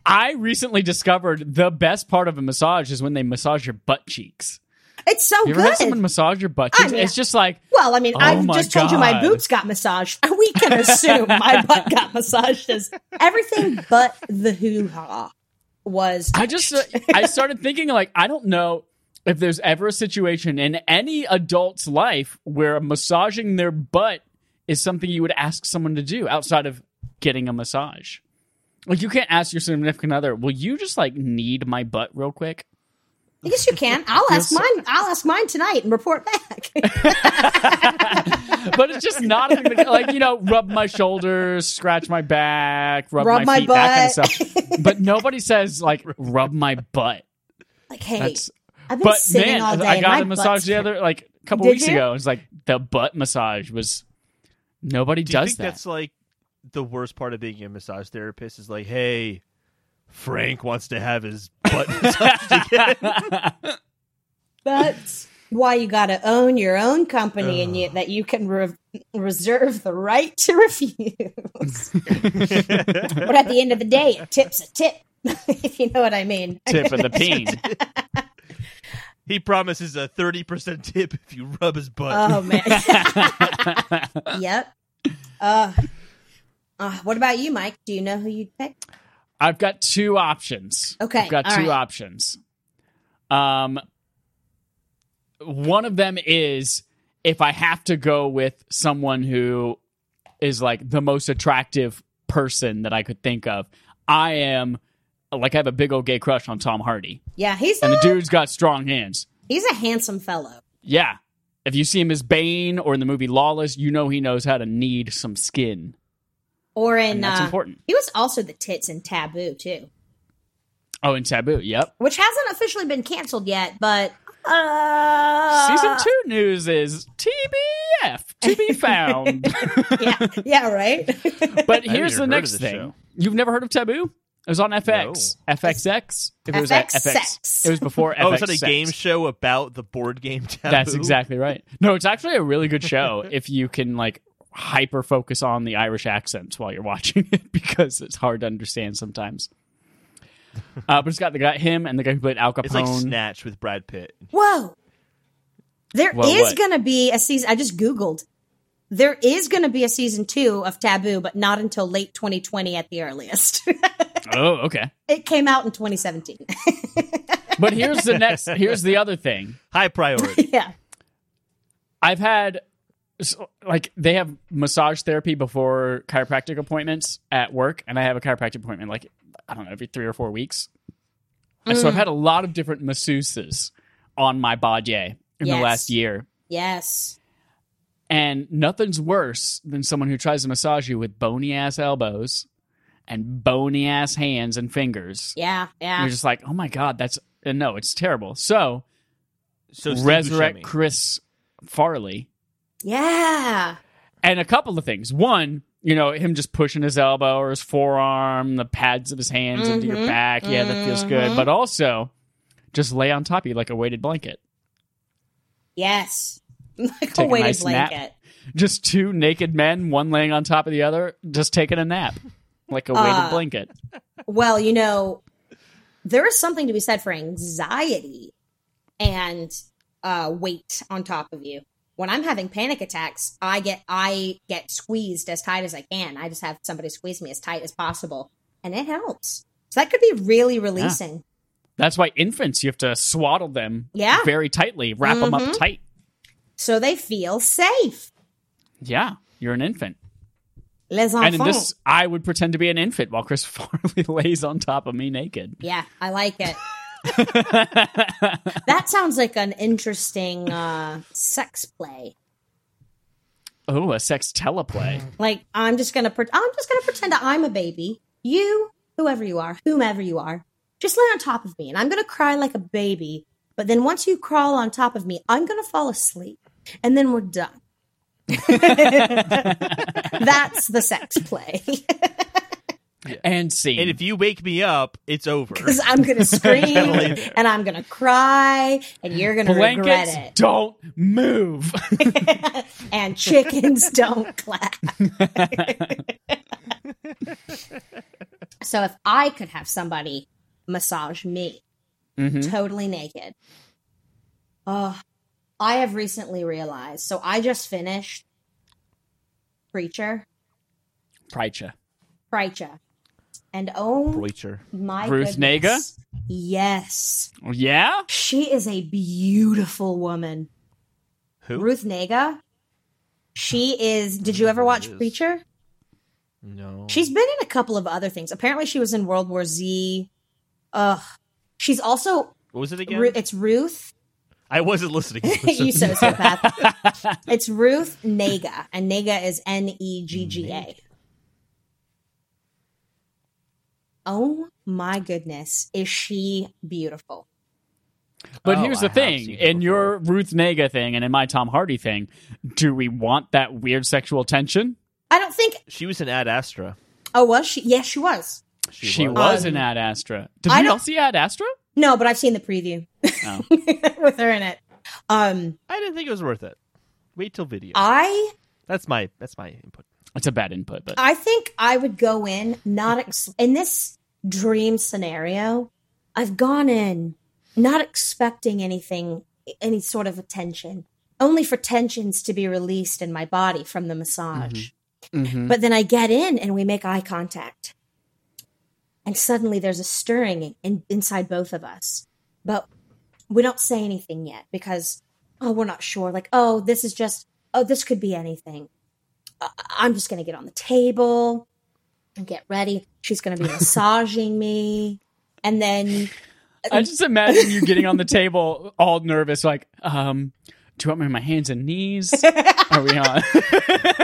S2: I recently discovered the best part of a massage is when they massage your butt cheeks.
S1: it's so
S2: You ever
S1: good.
S2: had someone massage your butt cheeks?
S1: mean-
S2: it's just like
S1: Well, I mean,
S2: Oh
S1: I've
S2: my
S1: just told you my
S2: God.
S1: boobs got massaged. We can assume my butt got massaged as everything but the hoo ha was.
S2: I just uh, I started thinking like I don't know if there's ever a situation in any adult's life where massaging their butt is something you would ask someone to do outside of getting a massage. Like you can't ask your significant other, "Will you just like knead my butt real quick?"
S1: I guess you can. I'll ask mine. I'll ask mine tonight and report back.
S2: but it's just not a thing that, like you know, rub my shoulders, scratch my back, rub,
S1: Rub my
S2: feet, that
S1: butt.
S2: kind of stuff. But nobody says like rub my butt.
S1: like, hey,
S2: That's
S1: I've been
S2: but
S1: sitting
S2: man,
S1: all day.
S2: I
S1: and my
S2: got a
S1: butt's
S2: massage the other like a couple
S1: Did
S2: weeks
S1: you?
S2: ago. It's like the butt massage was nobody
S3: Do you
S2: does
S3: think
S2: that.
S3: that's like the worst part of being a massage therapist is like, hey, Frank wants to have his butt massaged again.
S1: That's why you got to own your own company and you, that you can re- reserve the right to refuse. but at the end of the day, a tip's a tip, if you know what I mean.
S2: tip of the peen.
S3: He promises a thirty percent tip if you rub his butt.
S1: Oh, man. yep. Uh, uh, what about you, Mike? Do you know who you'd pick?
S2: I've got two options.
S1: Okay,
S2: I've got
S1: all
S2: two
S1: right.
S2: options. Um, one of them is if I have to go with someone who is like the most attractive person that I could think of, I am like I have a big old gay crush on Tom Hardy,
S1: Yeah, he's
S2: and the
S1: a,
S2: dude's got strong hands.
S1: he's a handsome fellow.
S2: Yeah, if you see him as Bane or in the movie Lawless, you know he knows how to knead some skin.
S1: Or in
S2: And that's
S1: uh,
S2: important.
S1: He was also the tits in Taboo too,
S2: Oh, and Taboo, yep.
S1: which hasn't officially been canceled yet, but uh,
S2: Season two news is TBF to be found.
S1: yeah, yeah, right.
S2: but
S3: I haven't
S2: here's
S3: even
S2: the
S3: heard
S2: next
S3: of this
S2: thing.
S3: show.
S2: You've never heard of Taboo? It was on FX. FXX. If it was at
S1: FXX.
S2: FX. It was before FX.
S3: Oh, is that a game show about the board game taboo?
S2: That's exactly right. No, it's actually a really good show if you can like hyper focus on the Irish accents while you're watching it because it's hard to understand sometimes. Uh, but it's got the guy him and the guy who played Al Capone.
S3: It's like Snatch with Brad Pitt.
S1: Whoa. there
S2: Well, what?
S1: going to be a season. I just Googled. There is going to be a season two of Taboo, but not until late 2020 at the earliest.
S2: oh, okay.
S1: it came out in 2017.
S2: But here's the next. Here's the other thing.
S3: High priority.
S1: yeah.
S2: I've had so, like they have massage therapy before chiropractic appointments at work, and I have a chiropractic appointment like I don't know every three or four weeks. And
S1: Mm.
S2: so I've had a lot of different masseuses on my body in the
S1: Yes.
S2: last year,
S1: Yes.
S2: and nothing's worse than someone who tries to massage you with bony ass elbows and bony ass hands and fingers.
S1: Yeah. Yeah.
S2: You're just like, oh my god, that's and no, it's terrible. So
S3: So Steve
S2: resurrect
S3: Buscemi.
S2: Chris Farley.
S1: yeah.
S2: and a couple of things. One, you know, him just pushing his elbow or his forearm, the pads of his hands into
S1: Mm-hmm.
S2: your back. Yeah, that feels good. But also, just lay on top of you like a weighted blanket.
S1: Yes. Like
S2: Take
S1: a
S2: a
S1: weighted
S2: nice nap.
S1: blanket.
S2: Just two naked men, one laying on top of the other, just taking a nap like a weighted
S1: Uh,
S2: blanket.
S1: Well, you know, there is something to be said for anxiety and uh, weight on top of you. When I'm having panic attacks, I get I get squeezed as tight as I can. I just have somebody squeeze me as tight as possible, and it helps. So that could be really releasing.
S2: That's why infants, you have to swaddle them
S1: Yeah. Mm-hmm.
S2: very tightly, wrap them up tight.
S1: So they feel safe.
S2: Yeah, you're an infant.
S1: Les
S2: And
S1: enfants.
S2: in this, I would pretend to be an infant while Chris Farley lays on top of me naked.
S1: yeah, I like it. that sounds like an interesting uh, sex play.
S2: Oh, a sex teleplay.
S1: Like I'm just gonna pre- I'm just gonna pretend that I'm a baby. You, whoever you are, whomever you are, just lay on top of me, and I'm gonna cry like a baby. But then once you crawl on top of me, I'm gonna fall asleep, and then we're done. That's the sex play.
S2: And scene.
S3: And if you wake me up, it's over.
S1: 'Cause I'm gonna scream and I'm gonna cry, and you're gonna
S2: blankets
S1: regret it.
S2: don't move.
S1: And chickens don't clap. so if I could have somebody massage me,
S2: Hmm?
S3: Mm-hmm.
S1: totally naked. Oh, I have recently realized. So I just finished Preacher,
S2: Prycha.
S1: Preacher, and oh
S3: Preacher.
S1: my
S2: Ruth
S1: goodness. Yes,
S2: Yeah?
S1: she is a beautiful woman.
S3: Who?
S1: Ruth Nega. She is. Did you ever watch
S3: is. Oh.
S1: Preacher?
S3: No.
S1: She's been in a couple of other things. Apparently, she was in World War Z. Ugh. She's also
S3: What was it again?
S1: Ru- it's Ruth.
S3: I wasn't listening.
S1: you sociopath. it's Ruth Nega, and Nega is N E G G A. Oh my goodness, is she beautiful?
S2: But
S3: Oh,
S2: here's
S3: I
S2: the
S3: have
S2: thing:
S3: seen it
S2: in
S3: before.
S2: your Ruth Nega thing, and in my Tom Hardy thing, do we want that weird sexual tension?
S1: I don't think.
S3: she was in Ad Astra.
S1: Oh well, she yes, she was.
S2: She,
S3: was.
S2: was in Ad Astra. Did
S1: Um, I
S2: we all
S1: don't-
S2: see Ad Astra?
S1: No, but I've seen the preview
S2: Oh.
S1: with her in it. Um,
S3: I didn't think it was worth it. Wait till video.
S1: I
S3: that's my that's my input.
S2: It's a bad input, but
S1: I think I would go in not ex- in this dream scenario. I've gone in not expecting anything, any sort of attention, only for tensions to be released in my body from the massage.
S2: Mhm.
S1: But then I get in and we make eye contact. And suddenly there's a stirring in, inside both of us. But we don't say anything yet because, oh, we're not sure. Like, oh, this is just, oh, this could be anything. I- I'm just going to get on the table and get ready. She's going to be massaging me. And then,
S2: I just imagine you getting on the table, all nervous, like, um, do you want me on my hands and knees? Are we on?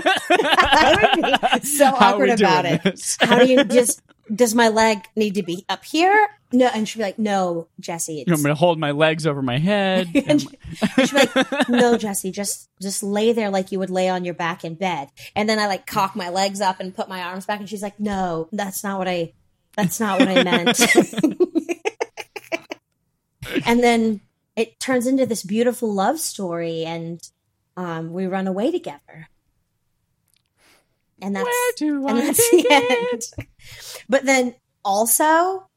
S1: I would be so
S2: How are we
S1: awkward about
S2: doing
S1: it.
S2: this?
S1: How do you just, does my leg need to be up here? No. And she'd be like, no, Jesse, it's
S2: You want me to hold my legs over my head? And
S1: She's like, "No, Jesse, just just lay there like you would lay on your back in bed." And then I like cock my legs up and put my arms back, and she's like, "No, that's not what I that's not what I meant." and then it turns into this beautiful love story, and um, we run away together. And that's
S2: Where do
S1: and
S2: I
S1: that's the end. But then also,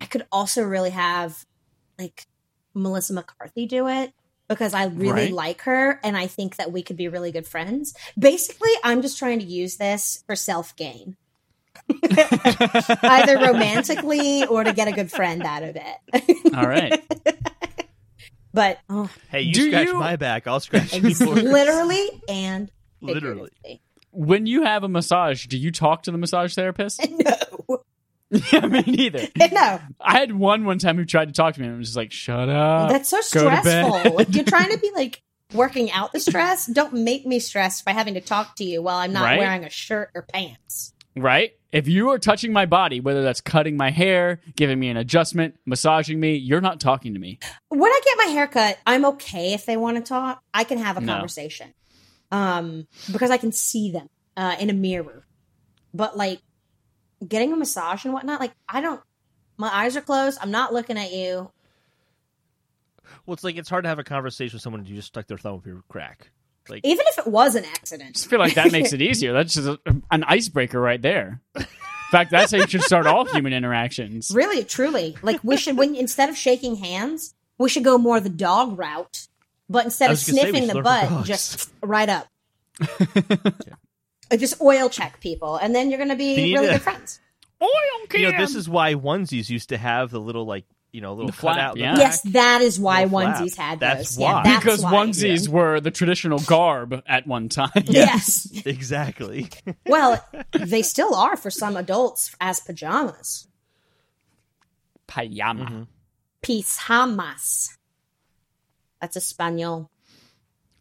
S1: I could also really have like Melissa McCarthy do it because I really
S2: Right.
S1: like her and I think that we could be really good friends. Basically, I'm just trying to use this for self gain. Either romantically or to get a good friend out of it.
S2: All right.
S1: but oh,
S3: Hey, you
S2: Do
S3: scratch
S2: you-
S3: my back, I'll scratch yours.
S1: literally and
S3: Literally.
S1: figuratively.
S2: When you have a massage, do you talk to the massage therapist?
S1: No.
S2: yeah, me neither.
S1: No.
S2: I had one one time who tried to talk to me and was just like, shut up.
S1: That's so
S2: Uh, go to bed.
S1: stressful. If you're trying to be like working out the stress, don't make me stressed by having to talk to you while I'm not
S2: Right?
S1: wearing a shirt or pants.
S2: right? If you are touching my body, whether that's cutting my hair, giving me an adjustment, massaging me, you're not talking to me.
S1: When I get my hair cut, I'm okay if they want to talk. I can have a
S2: No.
S1: conversation. Um, because I can see them uh, in a mirror. But like getting a massage and whatnot, like I don't my eyes are closed. I'm not looking at you.
S3: Well, it's like it's hard to have a conversation with someone who just stuck their thumb up your crack. Like
S1: Even if it was an accident.
S2: just feel like that makes it easier. That's just a, an icebreaker right there. In fact, that's how you should start all human interactions.
S1: Really, truly. Like we should when instead of shaking hands, we should go more the dog route. But instead of
S3: I was gonna say we
S1: sniffing
S3: should
S1: the
S3: learn from
S1: butt,
S3: dogs.
S1: just right up. Uh, Just oil check people, and then you're going to be
S3: They need
S1: really
S3: to-
S1: good friends.
S3: you know, this is why onesies used to have the little like you know little
S2: The flap,
S3: cutout. in the
S2: yeah.
S3: back.
S1: Yes, that is why
S3: Little flap.
S1: onesies had
S3: That's
S1: those. Yeah,
S3: why.
S1: that's
S2: because
S1: why.
S2: onesies were the traditional garb at one time.
S1: Yes.
S3: exactly.
S1: well, they still are for some adults as pajamas.
S2: Pajama.
S1: Pijamas. That's Espanol.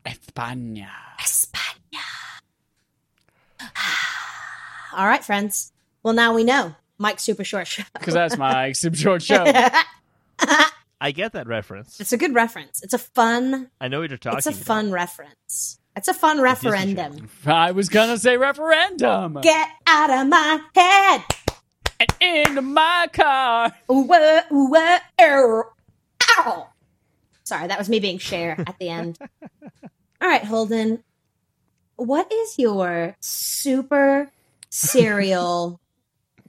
S2: España.
S1: España. All right, friends. Well, now we know. Mike Super Short Show.
S2: Because that's my super short show.
S3: I get that reference.
S1: It's a good reference. It's a fun.
S3: I know what you're talking.
S1: It's a
S3: about.
S1: fun reference. It's a fun
S3: Disney
S1: referendum.
S2: I was going to say referendum.
S1: Get out of my head.
S2: and into my car.
S1: Ooh, wah, ooh, wah, ow. Ow. Sorry, that was me being share at the end. All right, Holden. What is your super serial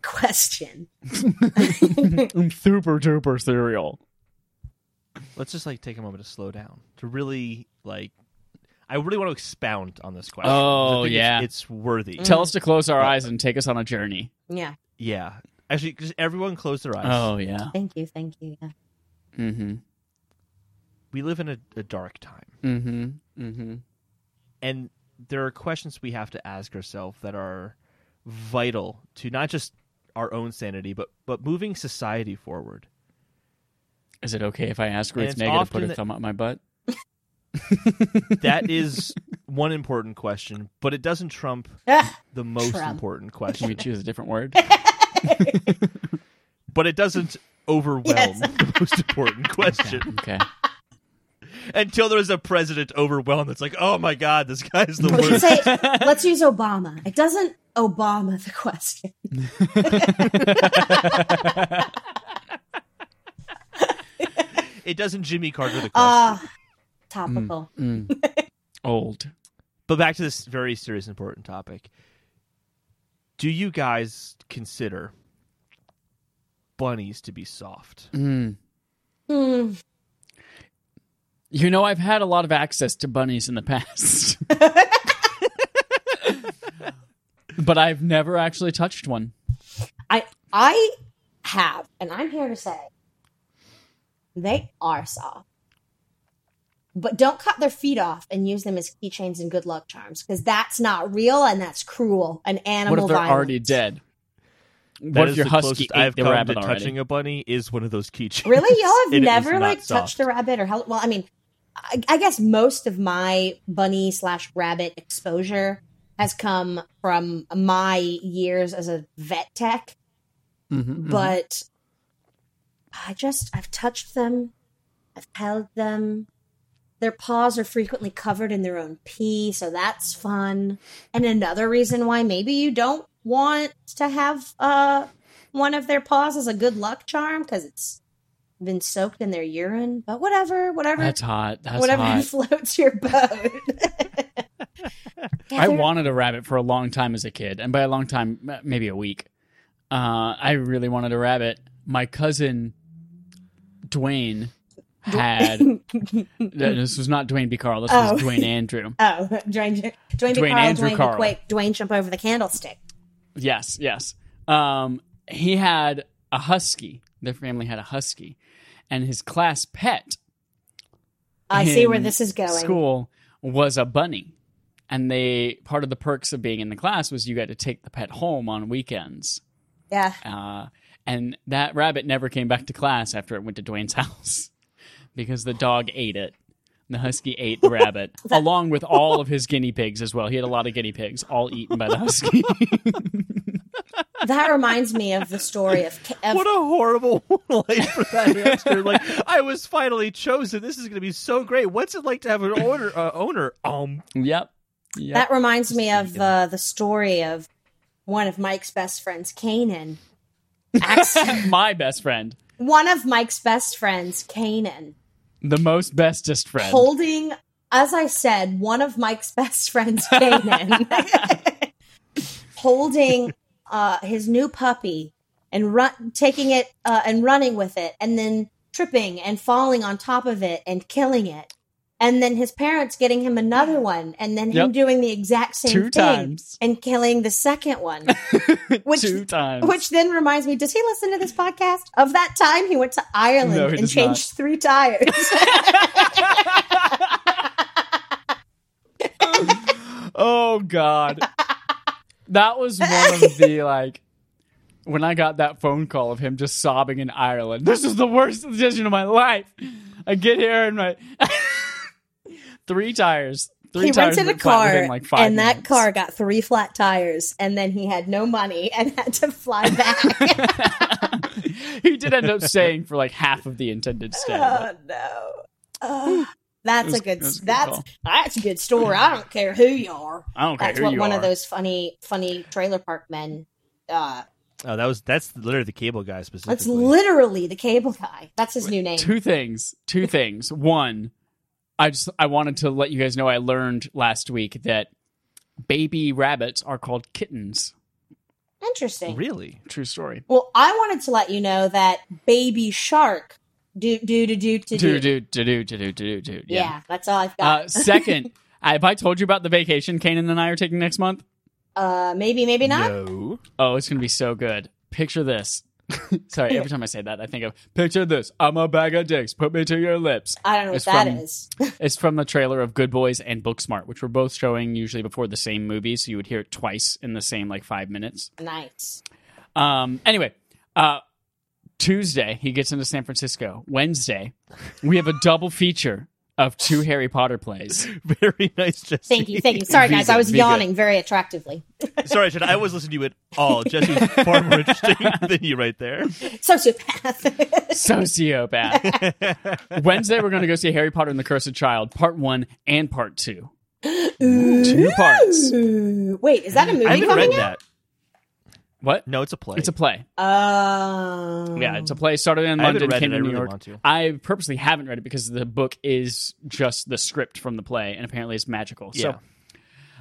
S1: question?
S3: Mm,
S2: I'm super duper cereal.
S3: Let's just like take a moment to slow down to really like. I really want to expound on this question. 'cause I
S2: Oh,
S3: think
S2: yeah.
S3: it's, it's worthy.
S1: Mm.
S2: Tell us to close our eyes and take us on a journey.
S1: Yeah.
S3: yeah, actually, because everyone close their eyes.
S2: Oh, yeah.
S1: Thank you. Thank you. Yeah.
S2: Mm
S3: We live in a, a dark time.
S2: hmm. Mm hmm. Mm hmm.
S3: and there are questions we have to ask ourselves that are vital to not just our own sanity, but but moving society forward.
S2: Is it okay if I ask where
S3: And
S2: it's
S3: it's
S2: negative? Put
S3: often
S2: a
S3: that-
S2: thumb up my butt.
S3: That is one important question, but it doesn't trump
S1: Ah,
S3: the most
S1: Trump.
S3: important
S2: Can we
S3: question.
S2: choose a different word?
S3: but it doesn't overwhelm
S1: Yes.
S3: the most important question
S2: Okay.
S3: until there's a president overwhelmed that's like, oh my god, this guy's the
S1: we should say,
S3: worst.
S1: let's use Obama. It doesn't Obama the question.
S3: It doesn't Jimmy Carter the question.
S1: Ah, topical.
S2: Old.
S3: But back to this very serious, important topic. Do you guys consider bunnies to be soft?
S2: Hmm.
S1: Mm.
S2: You know, I've had a lot of access to bunnies in the past, but I've never actually touched one.
S1: I I have, and I'm here to say, they are soft. But don't cut their feet off and use them as keychains and good luck charms because that's not real and that's cruel and animal
S2: What if they're
S1: violence.
S2: already dead?
S3: That
S2: What if
S3: is
S2: your
S3: the
S2: husky
S3: closest
S2: ate
S3: I've
S2: the
S3: come
S2: rabbit
S3: to
S2: already?
S3: touching a bunny is one of those keychains.
S1: Really, y'all
S3: It
S1: have
S3: is
S1: never
S3: not
S1: like
S3: soft.
S1: touched a rabbit or held? Well, I mean, I, I guess most of my bunny slash rabbit exposure has come from my years as a vet tech,
S3: Mm-hmm,
S2: Mhm, mhm.
S1: but I just I've touched them, I've held them. Their paws are frequently covered in their own pee, so that's fun. And another reason why maybe you don't want to have uh one of their paws as a good luck charm because it's been soaked in their urine. But whatever, whatever,
S2: That's hot. That's
S1: whatever
S2: hot.
S1: floats your boat.
S2: I wanted a rabbit for a long time as a kid, and by a long time, m- maybe a week. Uh, I really wanted a rabbit. My cousin Dwayne had. Th- this was not Dwayne B. Carl. This was
S1: Oh.
S2: Dwayne Andrew.
S1: Oh, Dwayne, Dwayne,
S2: Dwayne
S1: Dwayne Carl,
S2: Andrew
S1: Dwayne
S2: Carl.
S1: McQuaid, Dwayne jump over the candlestick.
S2: Yes, yes. Um, he had a husky. Their family had a husky, and his class pet
S1: I see where
S2: in
S1: this is going.
S2: School was a bunny, and they part of the perks of being in the class was you got to take the pet home on weekends.
S1: Yeah.
S2: Uh, and that rabbit never came back to class after it went to Dwayne's house because the dog ate it. The husky ate the rabbit, along with all of his guinea pigs as well. He had a lot of guinea pigs, all eaten by the husky.
S1: That reminds me of the story of, of
S3: What a horrible life for that hamster! Like I was finally chosen. This is going to be so great. What's it like to have an owner? Uh, owner? Um,
S2: yep. Yep.
S1: that reminds me of uh, the story of one of Mike's best friends, Kanan. Acc-
S2: My best friend,
S1: one of Mike's best friends, Kanan,
S2: the most bestest friend.
S1: holding, as I said, one of Mike's best friends, Kanan, holding uh, his new puppy and run, taking it uh, and running with it, and then tripping and falling on top of it and killing it. And then his parents getting him another one, and then him
S2: Yep.
S1: doing the exact same
S2: Two
S1: thing
S2: times.
S1: and killing the second one. Which
S2: two times.
S1: which then reminds me, does he listen to this podcast? Of that time, he went to Ireland
S2: No, he
S1: and
S2: does
S1: changed three tires.
S2: Oh God, that was one of the like when I got that phone call of him just sobbing in Ireland. This is the worst decision of my life. I get here and my three tires. Three
S1: he
S2: tires
S1: rented a
S2: went flat
S1: car,
S2: within, like five
S1: and that
S2: minutes.
S1: car got three flat tires, and then he had no money and had to fly back.
S2: He did end up staying for like half of the intended stay. but
S1: oh no, Ugh. that's a
S2: was-
S1: good.
S2: that was a good
S1: that's
S2: call.
S1: that's a good story. I don't care who you are.
S2: I don't care
S1: That's
S2: who
S1: what
S2: you
S1: one
S2: are.
S1: of those funny, funny trailer park men. Uh,
S3: oh, that was that's literally the cable guy specifically.
S1: that's literally the cable guy. That's his new name.
S2: two things two things one i just i wanted to let you guys know i learned last week that baby rabbits are called kittens
S1: Interesting.
S3: really.
S2: true story
S1: Well, I wanted to let you know that Baby Shark do do do do to
S2: do
S1: do.
S2: do do do do do do do
S1: Yeah.
S2: yeah
S1: that's all I've
S2: uh
S1: got.
S2: second have i told you about the vacation kanan and i are taking next month
S1: Uh, maybe, maybe not.
S3: No.
S2: oh it's gonna be so good picture this sorry every time i say that i think of picture this i'm a bag of dicks put me to your lips
S1: I don't know
S2: It's
S1: what that
S2: from-
S1: is.
S2: It's from the trailer of Good Boys and Booksmart, which were both showing usually before the same movie, so you would hear it twice in the same like five minutes.
S1: nice.
S2: Um, anyway, uh, Tuesday he gets into San Francisco. Wednesday, we have a double feature of two Harry Potter plays.
S3: Very nice, Jesse.
S1: Thank you, thank you. Sorry, guys, I was
S3: Vika.
S1: yawning very attractively.
S3: Sorry, Jen, I was listening to you at all. Jesse was far more interesting than you right there.
S1: Sociopath.
S2: Sociopath. Wednesday, we're going to go see Harry Potter and the Cursed Child, part one and part two. Two parts.
S1: Ooh. Wait, is that a movie
S3: I haven't
S1: coming
S3: read
S1: out?
S3: that.
S2: What?
S3: No, it's a play.
S2: It's a play.
S1: Oh.
S2: Yeah, it's a play. Started in
S3: I haven't
S2: London,
S3: read
S2: came to
S3: it. I
S2: New
S3: really
S2: York.
S3: want to.
S2: I purposely haven't read it because the book is just the script from the play, and apparently it's magical.
S3: Yeah.
S2: So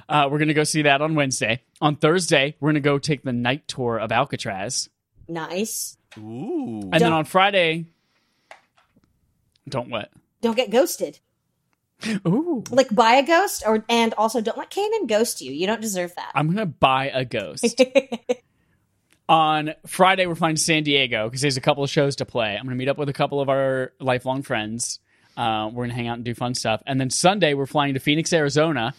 S2: uh, we're gonna go see that on Wednesday. On Thursday, we're gonna go take the night tour of Alcatraz,
S1: Um, nice.
S3: Ooh.
S2: and then
S1: Don't-
S2: on Friday, don't what?
S1: Don't get ghosted.
S2: Ooh,
S1: Like buy a ghost, or and also don't let Kanan ghost you. You don't deserve that.
S2: I'm gonna buy a ghost. on Friday, we're flying to San Diego because there's a couple of shows to play. I'm going to meet up with a couple of our lifelong friends. Uh, we're going to hang out and do fun stuff. And then Sunday, we're flying to Phoenix, Arizona.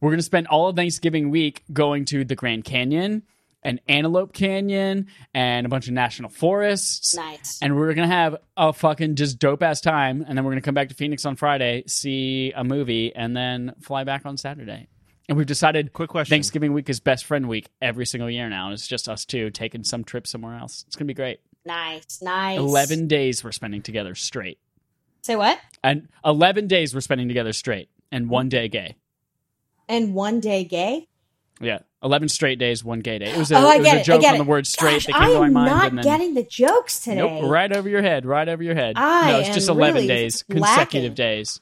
S2: We're going to spend all of Thanksgiving week going to the Grand Canyon and Antelope Canyon and a bunch of national forests.
S1: nice.
S2: And we're going to have a fucking just dope ass time. And then we're going to come back to Phoenix on Friday, see a movie, and then fly back on Saturday. And we've decided
S3: Quick question.
S2: Thanksgiving week is best friend week every single year now, and it's just us two taking some trip somewhere else. It's gonna be great.
S1: nice. Nice.
S2: Eleven days we're spending together straight,
S1: Say what?
S2: and eleven days we're spending together straight, and one day gay.
S1: And one day gay.
S2: Yeah, eleven straight days, one gay day. It was a,
S1: oh, I
S2: it was
S1: get
S2: a
S1: it.
S2: joke
S1: I get
S2: on
S1: it.
S2: the word straight
S1: Gosh,
S2: that came
S1: I
S2: to my
S1: am
S2: mind,
S1: not
S2: and then
S1: getting the jokes today.
S2: nope, right over your head, right over your head.
S1: I
S2: no, it's just
S1: am
S2: eleven
S1: really
S2: days,
S1: lacking.
S2: consecutive days.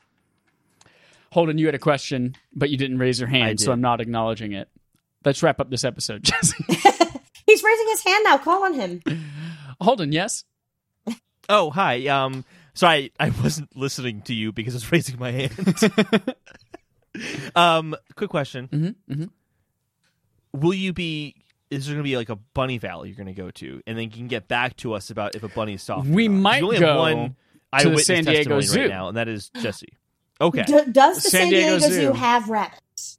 S2: Holden, you had a question, but you didn't raise your hand, so
S3: did.
S2: I'm not acknowledging it. Let's wrap up this episode, Jesse.
S1: He's raising his hand now. Call on him.
S2: Holden, yes.
S3: Oh, hi. Um, sorry, I wasn't listening to you because I was raising my hand. um, quick question:
S2: Mm-hmm, mm-hmm.
S3: Will you be? Is there going to be like a bunny valley you're going to go to, and then you can get back to us about if a bunny is soft? or
S2: We
S3: not? 'Cause
S2: might
S3: you only
S2: go
S3: have one
S2: the
S3: eyewitness
S2: San Diego
S3: testimony
S2: Zoo.
S3: right now, and that is Jesse. Okay,
S1: D- does the
S2: San
S1: San,
S2: Diego
S1: Diego,
S2: Zoo.
S1: Zoo. have rabbits?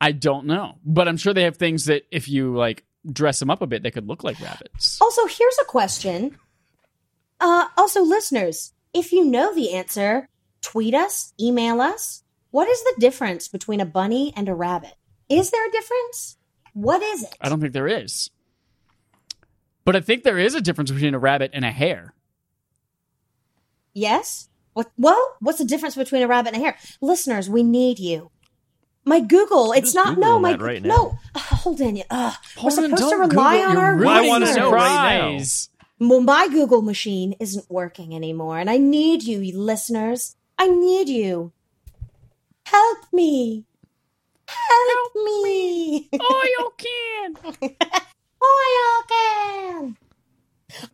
S2: I don't know, but I'm sure they have things that if you like dress them up a bit, they could look like rabbits.
S1: Also, here's a question. Uh, also, listeners, if you know the answer, tweet us, email us. What is the difference between a bunny and a rabbit? Is there a difference? What is it?
S2: I don't think there is, but I think there is a difference between a rabbit and a hare.
S1: Yes. What? Well, what's the difference between a rabbit and a hare? Listeners, we need you. My Google, it's
S3: just
S1: not no.
S3: Googling
S1: My
S3: that right now.
S1: no. Ugh, hold on, you. Ugh. We're
S2: Holden,
S1: supposed to
S2: don't
S1: rely
S2: Google-
S1: on
S2: you're
S1: our
S2: ruining
S3: I wanna
S2: the
S1: listeners.
S3: know right now.
S2: surprise.
S1: Well, my Google machine isn't working anymore, and I need you, you listeners. I need you. Help me. Help, me.
S2: Oh, you can.
S1: Oh, I all can.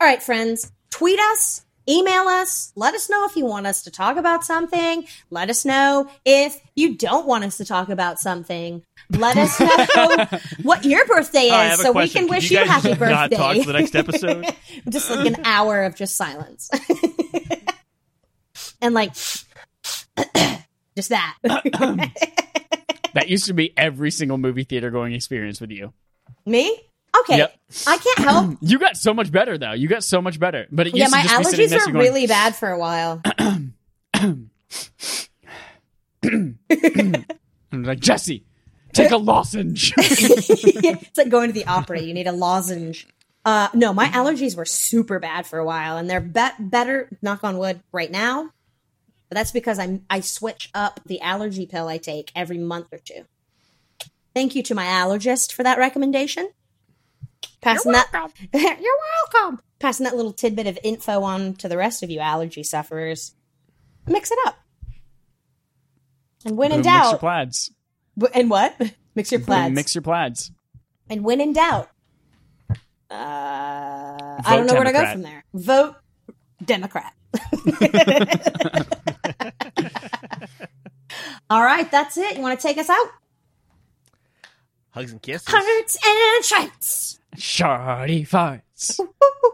S1: All right, friends. Tweet us, email us, let us know if you want us to talk about something. Let us know if you don't want us to talk about something. Let us know what your birthday is
S3: All right, I have a
S1: so we
S3: question.
S1: can wish
S3: you
S1: you,
S3: guys
S1: happy
S3: just
S1: birthday.
S3: Not talk for the next episode.
S1: just like an hour of just silence. and like just that.
S2: That used to be every single movie theater going experience with you.
S1: Me? Okay.
S2: Yep.
S1: I can't help.
S2: You got so much better though. You got so much better. But it
S1: yeah,
S2: used
S1: my
S2: to just be sitting
S1: allergies
S2: next
S1: were
S2: to you going,
S1: really bad for a while.
S2: I'm like Jesse, take a lozenge.
S1: it's like going to the opera. You need a lozenge. Uh, no, my allergies were super bad for a while, and they're bet better. Knock on wood, right now. But that's because I I switch up the allergy pill I take every month or two. Thank you to my allergist for that recommendation. Passing that, you're welcome. Passing that little tidbit of info on to the rest of you allergy sufferers. Mix it up. And when in
S2: Boom, mix your
S1: doubt,
S2: plaids.
S1: w- and what? Mix your
S2: Boom,
S1: plaids.
S2: Mix your plaids.
S1: And when in doubt, uh, I don't know where to go
S2: Democrat.
S1: from there. Vote Democrat. All right, that's it. You want to take us out?
S3: Hugs and kisses.
S1: Hearts and Shites.
S2: Shardy farts.
S1: Woo, woo,